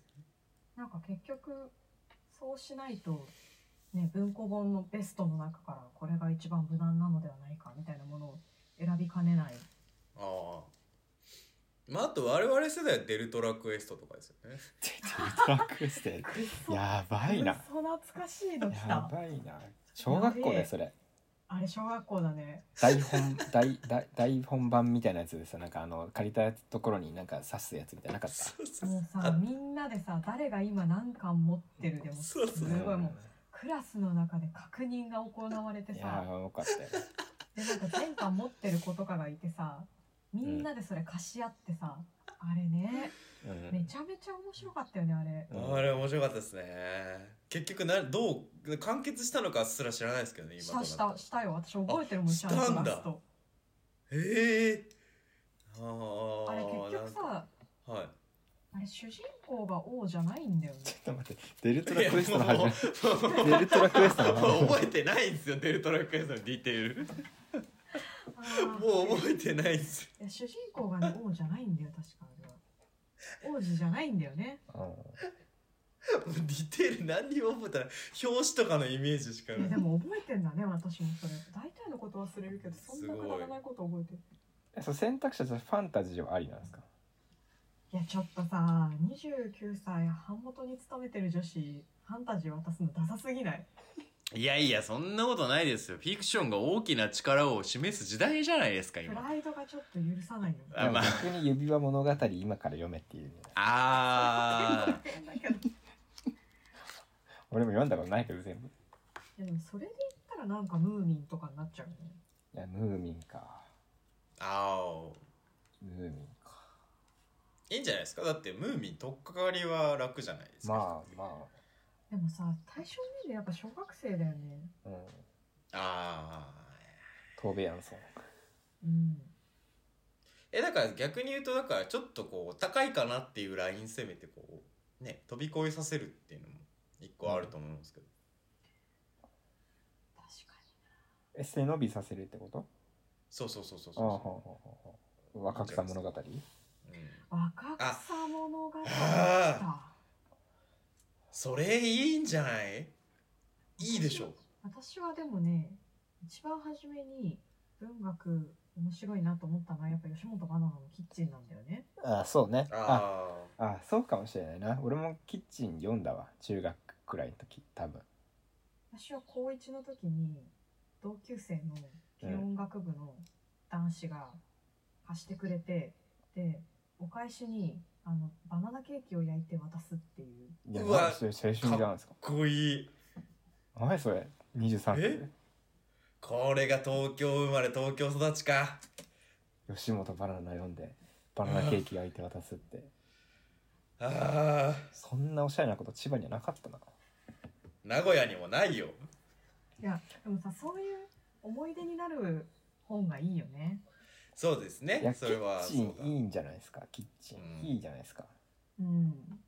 なんか結局そうしないと、ね、文庫本のベストの中からこれが一番無難なのではないかみたいなものを選びかねないああまああと我々世代はデルトラクエストとかですよねちょっとトラックしてくっそやばいくなっそ懐かしいの来やたばいな小学校やべえでそれあれ小学校だね台本大大大本番みたいなやつでさなんかあの借りたところになんか刺すやつみたいななかったそうそうもうさみんなでさ誰が今何巻持ってるでもすそうそうごいもううクラスの中で確認が行われてんいやさーよかったよでなんか全巻持ってる子とかがいてさみんなでそれ貸し合ってさ、あれねうめんちゃめちゃ面白かったよねあれうんあれ面白かったですね結局などう完結したのかすら知らないですけどねした今しとなたってしたよ私覚えてるもんあちゃんとしたんだラストへえあああれ結局なんさかはいあれ主人公が王じゃないんだよねちょっと待ってデルトラクエストの始まりい デやもうルトラクエストのもう話覚えてないんですよデルトラクエストのディテールあー もう覚えてないんですよいや主人公がね王じゃないんだよ確かあれは王子じゃないんだよねうもうディテール何にも覚えてない表紙とかのイメージしかいやなでいも覚えてんだね私もそれ大体のこと忘れるけどそんなくだらないこと覚えてるんそう選択肢としてファンタジーはありなんですかいやちょっとさ29歳版元に勤めてる女子ファンタジー渡すのダサすぎないいやいやそんなことないですよフィクションが大きな力を示す時代じゃないですかプライドがちょっと許さないよねあまあ逆に指輪物語今から読めっていうねあ変だけど俺も読んだことないけど全部いやでもそれで言ったらなんかムーミンとかになっちゃうよねいやムーミンかああムーミンかいいんじゃないですかだってムーミン取っかかりは楽じゃないですかまあまでもさ対象年齢やっぱ小学生だよねあうんああトーベヤンソンうんえだから逆に言うとだからちょっとこう高いかなっていうライン攻めてこうね飛び越えさせるっていうのも一個あると思うんですけど、確かえ背伸びさせるってことそうそうそうそうああはあはそあはあ若草物語う、うん、に若草物語だあそれいいんじゃないいいでしょ私はでもね一番初めに文学面白いなと思ったのはやっぱ吉本バナナのキッチンなんだよね。あそうねあああそうかもしれないな俺もキッチン読んだわ中学くらいの時多分私は高1の時に同級生の軽音楽部の男子が貸してくれて、でお返しにあのバナナケーキを焼いて渡すっていういやうわなんかそれ青春じゃないですかかっこいい何それ23歳でえこれが東京生まれ東京育ちか吉本バナナ読んでバナナケーキ焼いて渡す ってああそんなおしゃれなこと千葉にはなかったな名古屋にもないよいやでもさそういう思い出になる本がいいよね。そうですいやねキそれはッそチンうだいいんじゃないですかキッチン、うんいいじゃないですかうん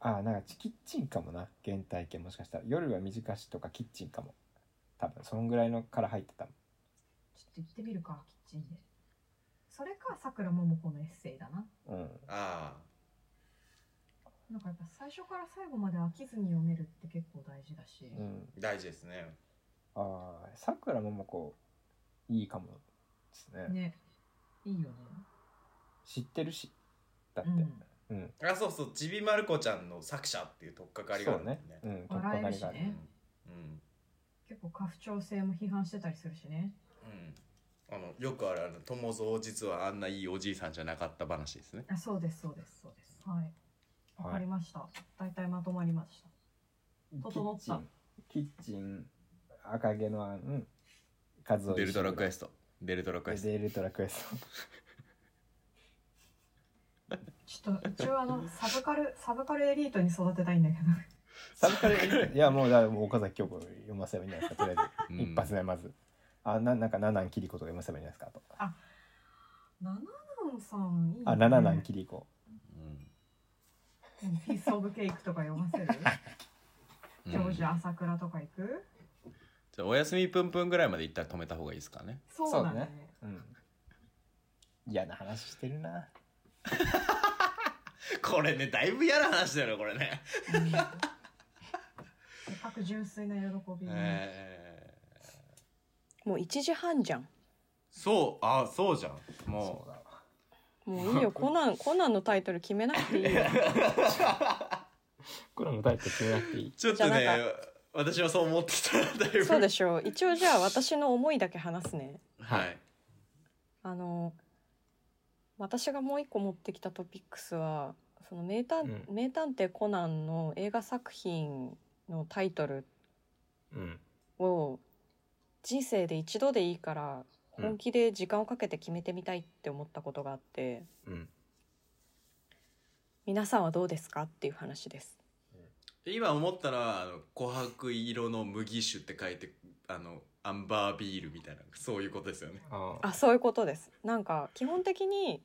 ああなんかキッチンかもな原体験もしかしたら夜は短しとかキッチンかも多分そんぐらいのから入ってたもんちょっと行ってみるか、キッチンで。それか、さくらももこのエッセイだな。うんあなんかやっぱ最初から最後まで飽きずに読めるって結構大事だし。うん、あ大事ですねああさくらももこいいかもですねね。いいよね。知ってるしだっうてん。うん、あそうそうちびまる子ちゃんの作者っていう取っかかりがあそるうんだよねねうん取っか笑えかるりしがあるね。うんうん結構家父長制も批判してたりするしね。うんあのよくあるあの友蔵実はあんないいおじいさんじゃなかった話ですねあ、そうです、そうです、そうです。はい。わかはりいました。大体まとまりました。整ったキッチンキッチン赤毛のアン数をデルトラクエストデルトラクエストデルトラ クエスちょっと、うちはあの、サブカル、サブカルエリートに育てたいんだけど。 トサブカルいやもうだからもう岡崎京子読ませればいいんじゃないですかとりあえず、うん一発目まずあななんか七男キリコとか読ませればいいんじゃないですかあとナナナンさん、いい、ね。あ七男キリコうんピースオブケイクとか読ませる。うんジョージ朝倉とか行く。じゃあお休みぷんぷんぐらいまで一旦止めた方がいいですかねそうだね。うん嫌な話してるな これねだいぶ嫌な話だよねこれね、うんせっかく純粋な喜びに。えもう1時半じゃんー、そうあそうじゃんそもうだわもういいよコナンコナンのタイトル決めなくていいよこれもタイトル決めなくていいうちょっとね私はそう思ってただいぶそうでしょう一応じゃあ私の思いだけ話すねはいあの私がもう一個持ってきたトピックスはその名探、うん名探偵コナンの映画作品のタイトルうんを人生で一度でいいからうん本気で時間をかけて決めてみたいって思ったことがあって、うん皆さんはどうですかっていう話です今思ったのはあの琥珀色の麦酒って書いてあのアンバービールみたいなそういうことですよねあああそういうことですなんか基本的に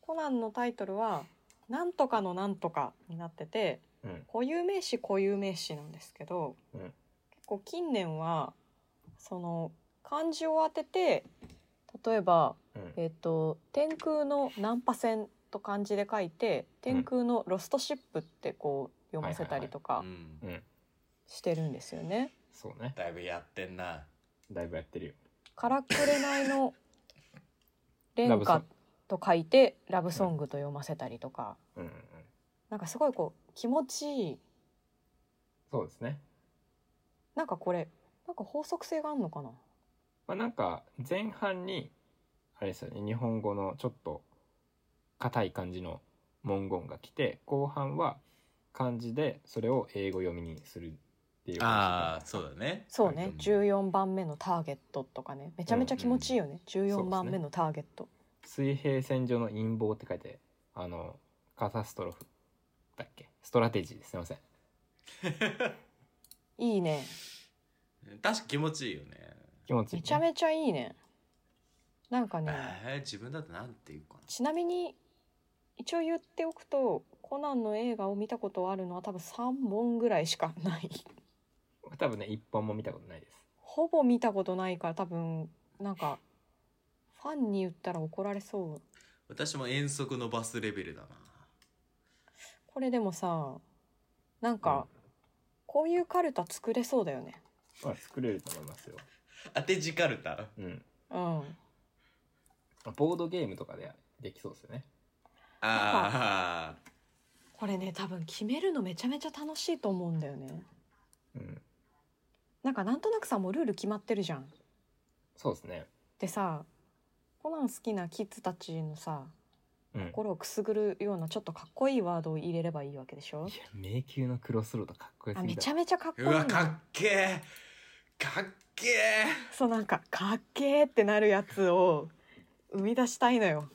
コナンのタイトルは「なんとかのなんとか」になっててうん固有名詞固有名詞なんですけど、うん結構近年はその漢字を当てて例えば、うんえっと「天空のナンパ船」と漢字で書いて「天空のロストシップ」ってこう読ませたりとうかんうんしてるんですよね。そうねだいぶやってんなだいぶやってるよからくれないのラ廉ブソン歌と書いてラブソングと読ませたりとか、うんうんうんなんかすごいこう気持ちいいそうですねなんかこれなんか法則性があるのかなまあ、なんか前半にあれですよね日本語のちょっと硬い感じの文言が来て後半は漢字でそれを英語読みにするっていうああそううだねそうはねい14番目のターゲットとかねめちゃめちゃ気持ちいいよね、うん14番目のターゲット、水平線上の陰謀って書いてあのカタストロフだっけストラテジーですすいませんいいね確か気持ちいいよね気持ちいい、めちゃめちゃいいねなんかねえー、自分だってなんていうかなちなみに一応言っておくとコナンの映画を見たことあるのは多分3本ぐらいしかない多分ね一本も見たことないですほぼ見たことないから多分なんかファンに言ったら怒られそう私も遠足のバスレベルだなこれでもさなんか、こういうカルタ作れそうだよねまあ作れると思いますよ当て字カルタうんうんボードゲームとかでできそうですよね。ああこれね多分決めるのめちゃめちゃ楽しいと思うんだよねうん、なんかなんとなくさもうルール決まってるじゃんそうですね。でさコナン好きなキッズたちのさうん、心をくすぐるようなちょっとかっこいいワードを入れればいいわけでしょいや迷宮のクロスロードかっこよあすぎめちだゃめちゃかっこいいうわのかっけえかっけえそうなんかかっけーってなるやつを生み出したいのよ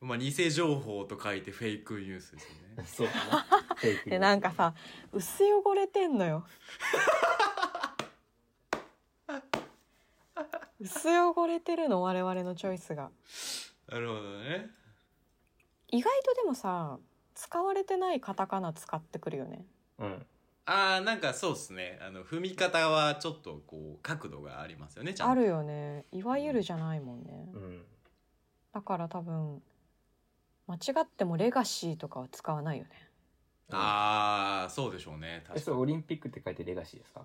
まあ偽情報と書いてフェイクニュースです そよね うだなフェイクニュースでなんかさ薄汚れてん のよ薄汚れてるの我々のチョイスがなるほどね意外とでもさ使われてないカタカナ使ってくるよねうんああなんかそうですねあの踏み方はちょっとこう角度がありますよねちゃんとあるよねいわゆるじゃないもんね、うんだから多分間違ってもレガシーとかは使わないよねああそうでしょうねえ確そかれオリンピックって書いてレガシーですか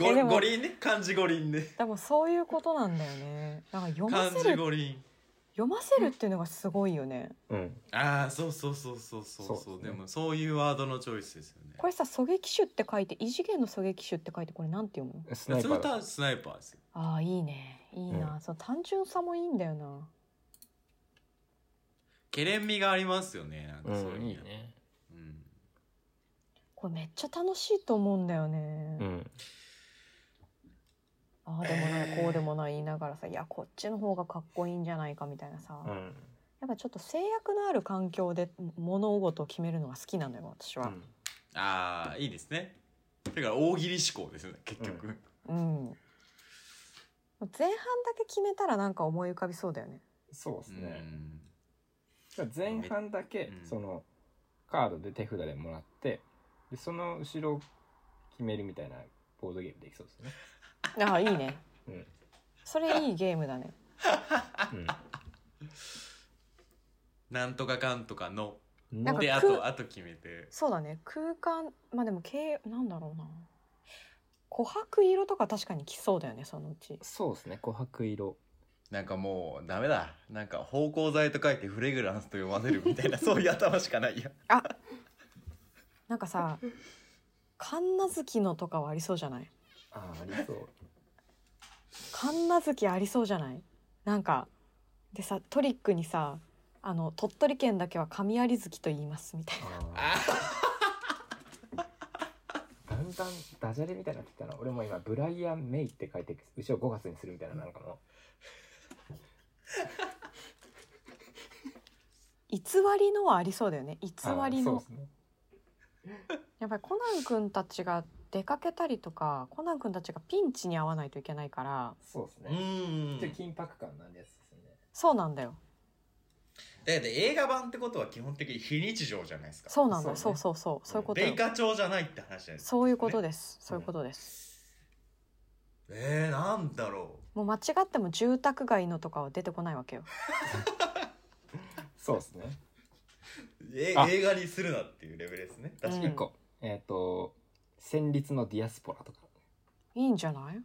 にえでごも五輪ね漢字五輪ねでもそういうことなんだよねなんか読ま漢せ字る五輪読ませるっていうのがすごいよねうんああそうそうそうそうそうそうそうですねでもそういうワードのチョイスですよねこれさ狙撃手って書いて異次元の狙撃手って書いてこれなんて読むのスナイそパれーだたスナイパーですよああいいねいいな、その単純さもいいんだよなけれんみがありますよねなんかそういううんのいいねうんこれめっちゃ楽しいと思うんだよね、うんああでもないこうでもない言いながらさいやこっちの方がかっこいいんじゃないかみたいなさ、うやんっぱちょっと制約のある環境で物事を決めるのが好きなのよ私うは。んああいいですねだから大喜利思考ですね結局、ううん、前半だけ決めたらなんか思い浮かびそうだよね。そうですうねんだから前半だけうんそのカードで手札でもらってでその後ろを決めるみたいなボードゲームできそうですねああいいね。うんそれいいゲームだね。なんとかかんとかのうんなんかのであくとあと決めてそうだね空間まあでも形なんだろうな琥珀色とか確かに来そうだよねそのうち。そうですね琥珀色なんかもうダメだなんか芳香剤と書いてフレグランスと読ませるみたいなそういう頭しかないやなんかさ神奈月のとかはありそうじゃないああありそう神奈月ありそうじゃないなんかでさトリックにさあの鳥取県だけは神有月と言いますみたいなあーだんだんダジャレみたいになってきたな俺も今ブライアン・メイって書いて後ろ5月にするみたいなのなのかも偽りのはありそうだよね偽りそうのですねやっぱりコナン君たちが出かけたりとかコナン君たちがピンチに合わないといけないからそうですねんちょっでと緊迫感なんですねそうなんだよ映画版ってことは基本的に非日常じゃないですかそうなんだよそ,、そううねそうそうそういうこと米よ花町じゃないって話じゃないですかそういうことです、そういうことです、えー、なんだろもう間違っても住宅街のとかは出てこないわけよそうですねうえあ映画にするなっていうレベルですね確かに、うん1個えっ、と戦慄のディアスポラとかいいんじゃない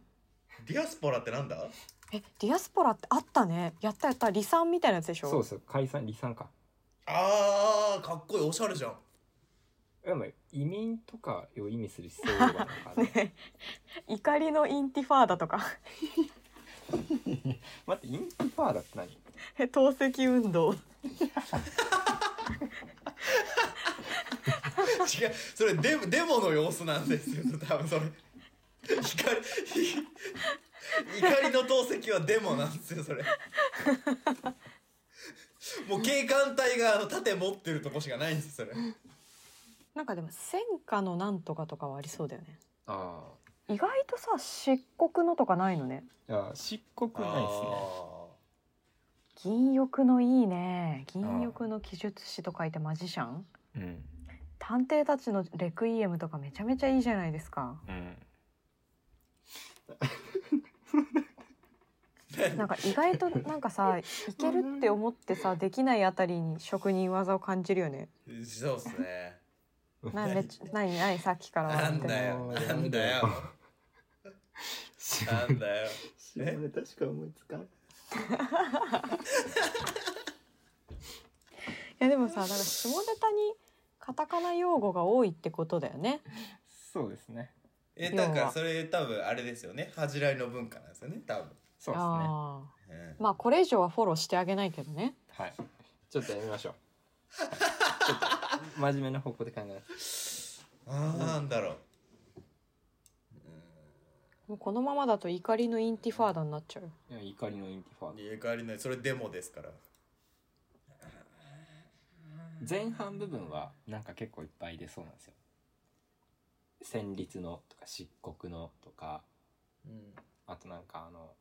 ディアスポラってなんだえディアスポラってあったねやったやった離散みたいなやつでしょそうそう解散離散かあーかっこいいおしゃれじゃんでも移民とかを意味する必要がなんかね 怒りのインティファーダとか 待ってインティファーダって何透析運動違うそれデモデモの様子なんですよ多分それ怒りひ怒りの投石はデモなんですよそれもう警官隊があの盾持ってるとこしかないんですよそれなんかでも戦火のなんとかとかはありそうだよねああ意外とさ漆黒のとかないのねいや漆黒ないですね銀翼のいいね銀翼の記述師と書いてマジシャンうん探偵たちのレクイエムとかめちゃめちゃいいじゃないですか うんなんか意外となんか さいけるって思ってさできないあたりに職人技を感じるよねそうっすねなめっちゃ何何さっきからなん笑ってるだよなんだよしなんだよ。知らない確か思いつかんやでもさなんか下ネタにカタカナ用語が多いってことだよねそうですねえ、要だはからそれ多分あれですよね。恥じらいの文化なんですよね、多分。そうですねあうんあまあこれ以上はフォローしてあげないけどねはいちょっとやめましょう、はいちょっと真面目な方向で考えますあーなんだろう。もうこのままだと怒りのインティファーダになっちゃうよいや怒りのインティファー理由変わりない。それデモですから。ダ前半部分はなんか結構いっぱい出そうなんですよ戦慄のとか漆黒のとかうん、あとなんかあの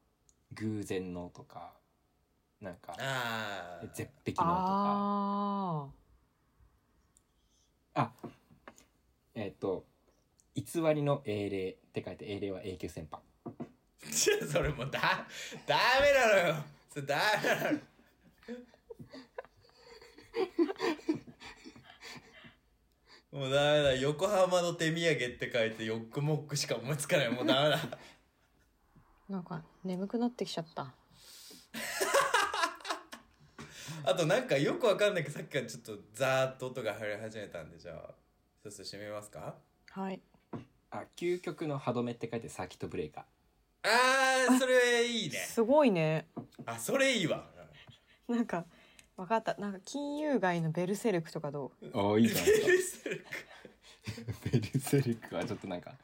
偶然のとかなんかああ。絶壁のとかああえっ、と「偽りの英霊」って書いて英霊は永久戦犯ちょ それもうだ、ダメなのよ。それダメなの よ。もうダメだ。横浜の手土産って書いて、ヨックモックしか思いつかない。もうダメだ。あなんか眠くなってきちゃったあとなんかよくわかんないけど、さっきからちょっとザーッと音が入り始めたんで、じゃあ、ちょっと閉めますかはいあ究極の歯止めって書いてサーキットブレーカーあー、それいいね。すごいねあ、それいいわ。なんかわかったなんか金融街のベルセルクとかどうああいいじゃないで それす かベルセルクはちょっとなんか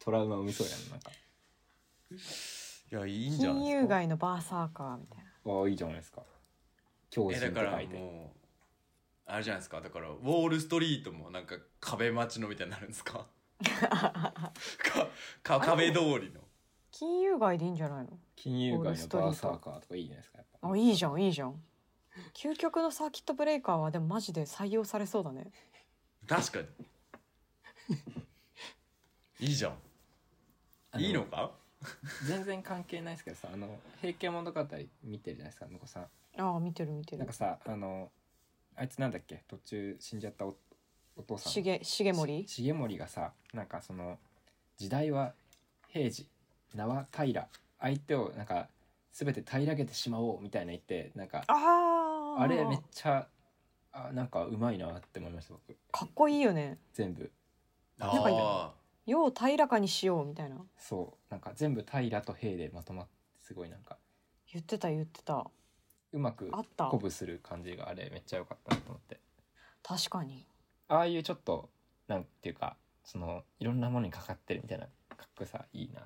トラウマ生みそうやんなんかいや、いいんじゃない金です融か街のバーサーカーみたいなああいいじゃないですか強え靭だってから書いてもうあれじゃないですかだからウォールストリートもなんか壁待ちのみたいになるんで すかかか壁通りの金融街でいいんじゃない金融街のバーサーカーとかいいじゃないですかやっぱのあいいじゃんい いじゃん究極のサーキットブレーカーはでもマジで採用されそうだね確かにいいじゃあんのいいのか全然関係ないですけどさあの「平家物語」見てるじゃないですかのこさんああ見てる見てなんかるさあのあいつなんだっけ途中死んじゃったおお父さんしげ重森し重盛がさなんかその時代は平時名は平相手をなんか全て平らげてしまおうみたいな言ってなんかあああれめっちゃあなんかうまいなって思いました僕かっこいいよね全部あなんかいいあ世を平らかにしようみたいなそうなんか全部平と平でまとまってすごいなんか言ってた言ってたうまくあった鼓舞する感じがあれめっちゃ良かったなと思って確かにああいうちょっとなんていうかそのいろんなものにかかってるみたいなかっこよさいいな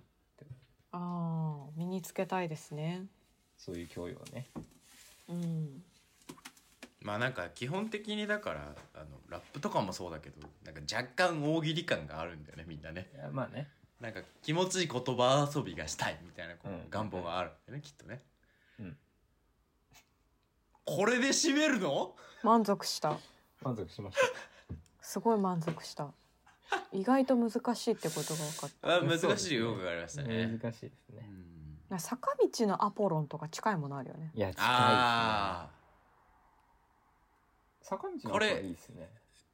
ああ身につけたいですねそういう教養ねうんまあなんか基本的にだからあのラップとかもそうだけどなんか若干大喜利感があるんだよねみんなねいやまあねなんか気持ちいい言葉遊びがしたいみたいなこうんう願望があるんだよね、きっとね、うんこれで締めるの満足した満足しましたすごい満足した意外と難しいってことが分かっあうんそう難でしすいねよくありましたね、難しいですうねんた坂道のアポロンとか近いものあるよねいや近いですねああ坂道のこれ方がいいですね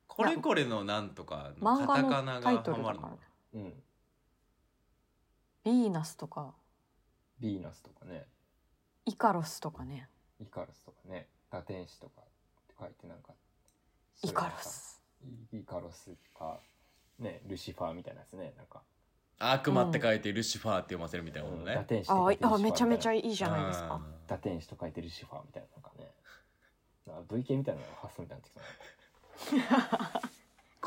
これこれのなんとかの漫カ画タのカナがタイトハルマだるからのうんヴィーナスとかヴィーナスとかねイカロスとかねイカロスとかね堕天使とかって書いてなんかイカロそスれなんかイイカロスかねルシファーみたいなですねなんか悪魔って書いてルシファーって読ませるみたいなものうん堕ね、天使あと書いてルシファーみたいなあめちゃめちゃいいじゃないですあか打点子と書いてるシファーみたいななんかねなんか VK みたいな発想みたいになってきたない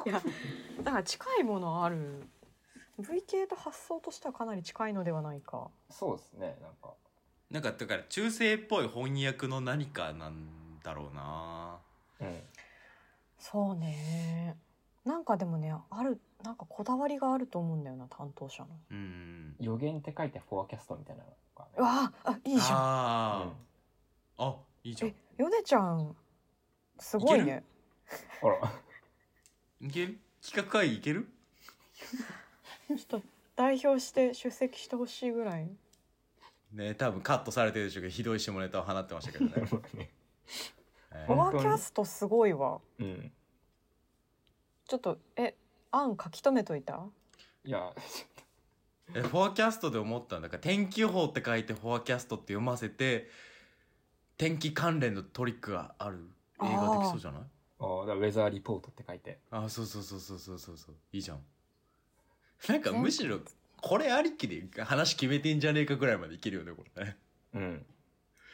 やだから近いものある VK と発想としてはかなり近いのではないかそうですねなんかーなんかだから中世っぽい翻訳の何かなんだろうなうんそうねなんかでもねあるなんかこだわりがあると思うんだよな担当者のうん予言って書いてフォアキャストみたいなのがうわああいいじゃうんあー、あいいじゃんんえヨネちゃんすごいいけねあらいける企画会議いけるちょっと代表して出席してほしいぐらいね多分カットされてるでしょうけどひどい下ネタを放ってましたけ どね、えフ本ォーア当にキャストすごいわうんちょっとえ案書き留めといたいやちょっえフォアキャストで思ったんだから天気予報って書いてフォアキャストって読ませて天気関連のトリックがある映画できそうじゃないあーだからウェザーリポートって書いてあそうそうそうそうそうそうそういいじゃんなんかむしろこれありきで話決めてんじゃねえかぐらいまでいけるよねこ れねうん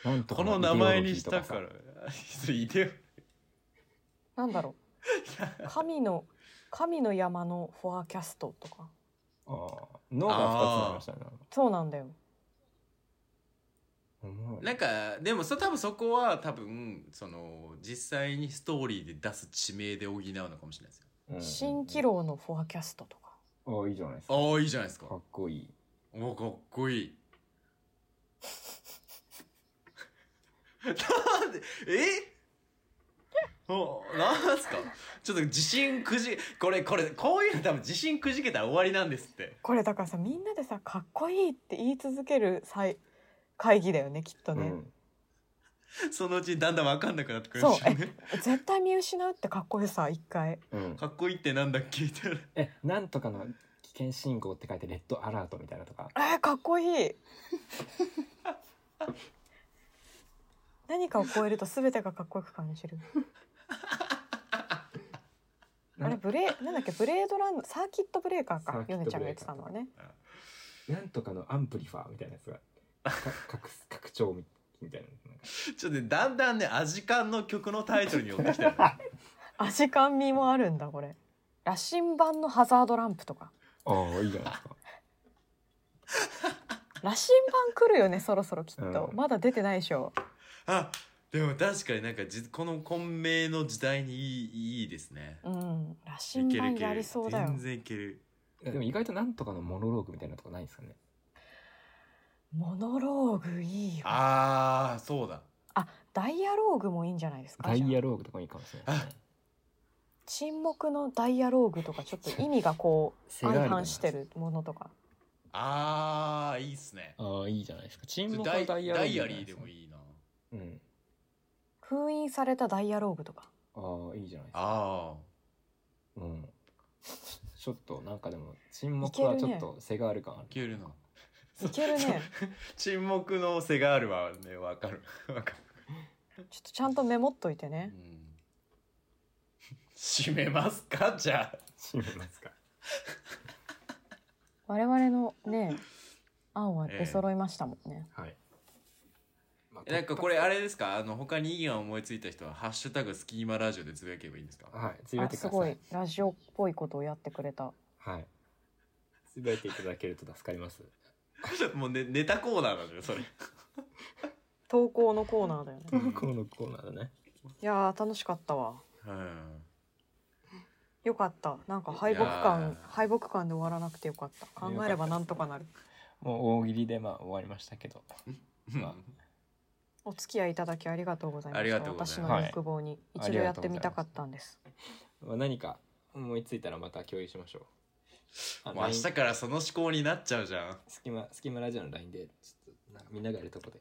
なんとこかのイデオロ名ギー前にしたとかさらいてよなんだろ う。神の神の山のフォアキャストとか。あー脳が2つになりましたねそうなんだよ。おもろいなんかでもそ多分そこは多分その実際にストーリーで出す地名で補うのかもしれないですようん蜃気楼のフォアキャストとか。ああいいじゃないですかああいいじゃないですかかっこいいおかっこいいなんでえ おなんすかちょっと自信くじこれこれこういうの多分自信くじけたら終わりなんですってこれだからさみんなでさかっこいいって言い続ける際会議だよねきっとうね、んそのうちにだんだん分かんなくなってくるんそでうすよね絶対見失うってかっこよさ一回うんかっこいいってなんだっけ みたいなえなんとかの危険信号って書いてレッドアラートみたいなとかえー、かっこいい何かを超えると全てがかっこよく感 じるあれブレなんだっけブレードランドサーキットブレーカーサかーキッヨトブレーカーネちゃんが言ってたのはねなんとかのアンプリファーみたいなやつ がか拡拡張みみたいななんかちょっとねだんだんねアジカンの曲のタイトルに寄って きてる、ね、アジカン味もあるんだこれ羅針盤のハザードランプとかああいいじゃないです か羅針盤来るよねそろそろきっと、うんまだ出てないでしょあでも確かになんかじこの混迷の時代にいいいいですねうん羅い針ける盤いけやるりそうだよ全然いけるでも意外となんとかのモノローグみたいなとこないんですかねモノローグいいよあああそうだダイアローグもいいんじゃないですかダイアじゃあローグとかもいいかもしれないですね沈黙のダイアローグとかちょっと意味がこ うセガール相ドな反してるものとかああいいっすねああいいじゃないですか沈黙ダのイダイアロダーグイじアゃなリいでーですかもいいなうん封印されたダイアローグとかああいいじゃないですかあうんちょっとなんかでも沈黙はいけちるょねっと背がある感あある いけるないけるね沈黙のせがあるわねわかる わかちょっとちゃんとメモっといてる、うねん、 閉めますかじゃあ閉めますか我々のね案は出揃いましたもんね、はい、まえなんかこれあれですかあの他にいい案思いついた人は「ハッシュタグスキーマラジオ」でつぶやけばいいんですかはいつぶやいあてくすだごさいいラジオっぽいことをやってくれたはいつぶやいていただけると助かります もう、ね、ネタコーナーなんだよ それ投稿のコーナーだよね このコーナーだねいやー楽しかったわうんよかったなんか敗北いや感ー敗北感で終わらなくてよかった考えればなんとかなるもう大喜利でまあ終わりましたけどまお付き合いいただきありがとうございまありしたがとうござい私ますの欲望にはい一度やってみたかったんです、まあ何か思いついたらまた共有しましょうあもう明日 LINE からその思考になっちゃうじゃん隙間隙間ラジオの LINE でちょっとなんかみんながやるとこで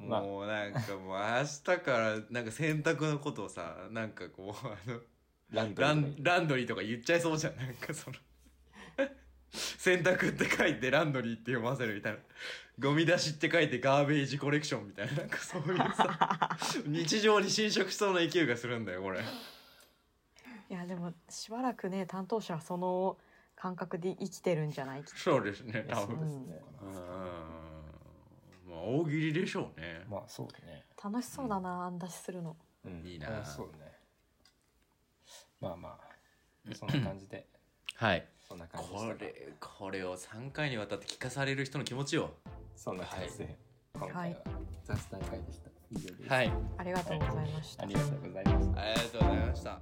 まあもうなんかもう明日からなんか洗濯のことをさなんかこうあのランドリラーンとかランドリーとか言っちゃいそうじゃんなんかその洗濯って書いてランドリーって読ませるみたいなゴミ出しって書いてガーベージコレクションみたいななんかそういうさ日常に侵食しそうな勢いがするんだよこれいやでもしばらくね担当者はその感覚で生きてるんじゃないきっそうですねいや多そう分ですね、うんまあ大喜利でしょうね、まあそうだねと楽しそうだな、あんだしするのうんいいなあそうねまあまあそんな感じではいそんな感じでしこたかれこれを3回にわたって聞かされる人の気持ちよそんな感じで、今回は雑談会でした以上です、はいありがとうございました、ありがとうございましたありがとうございました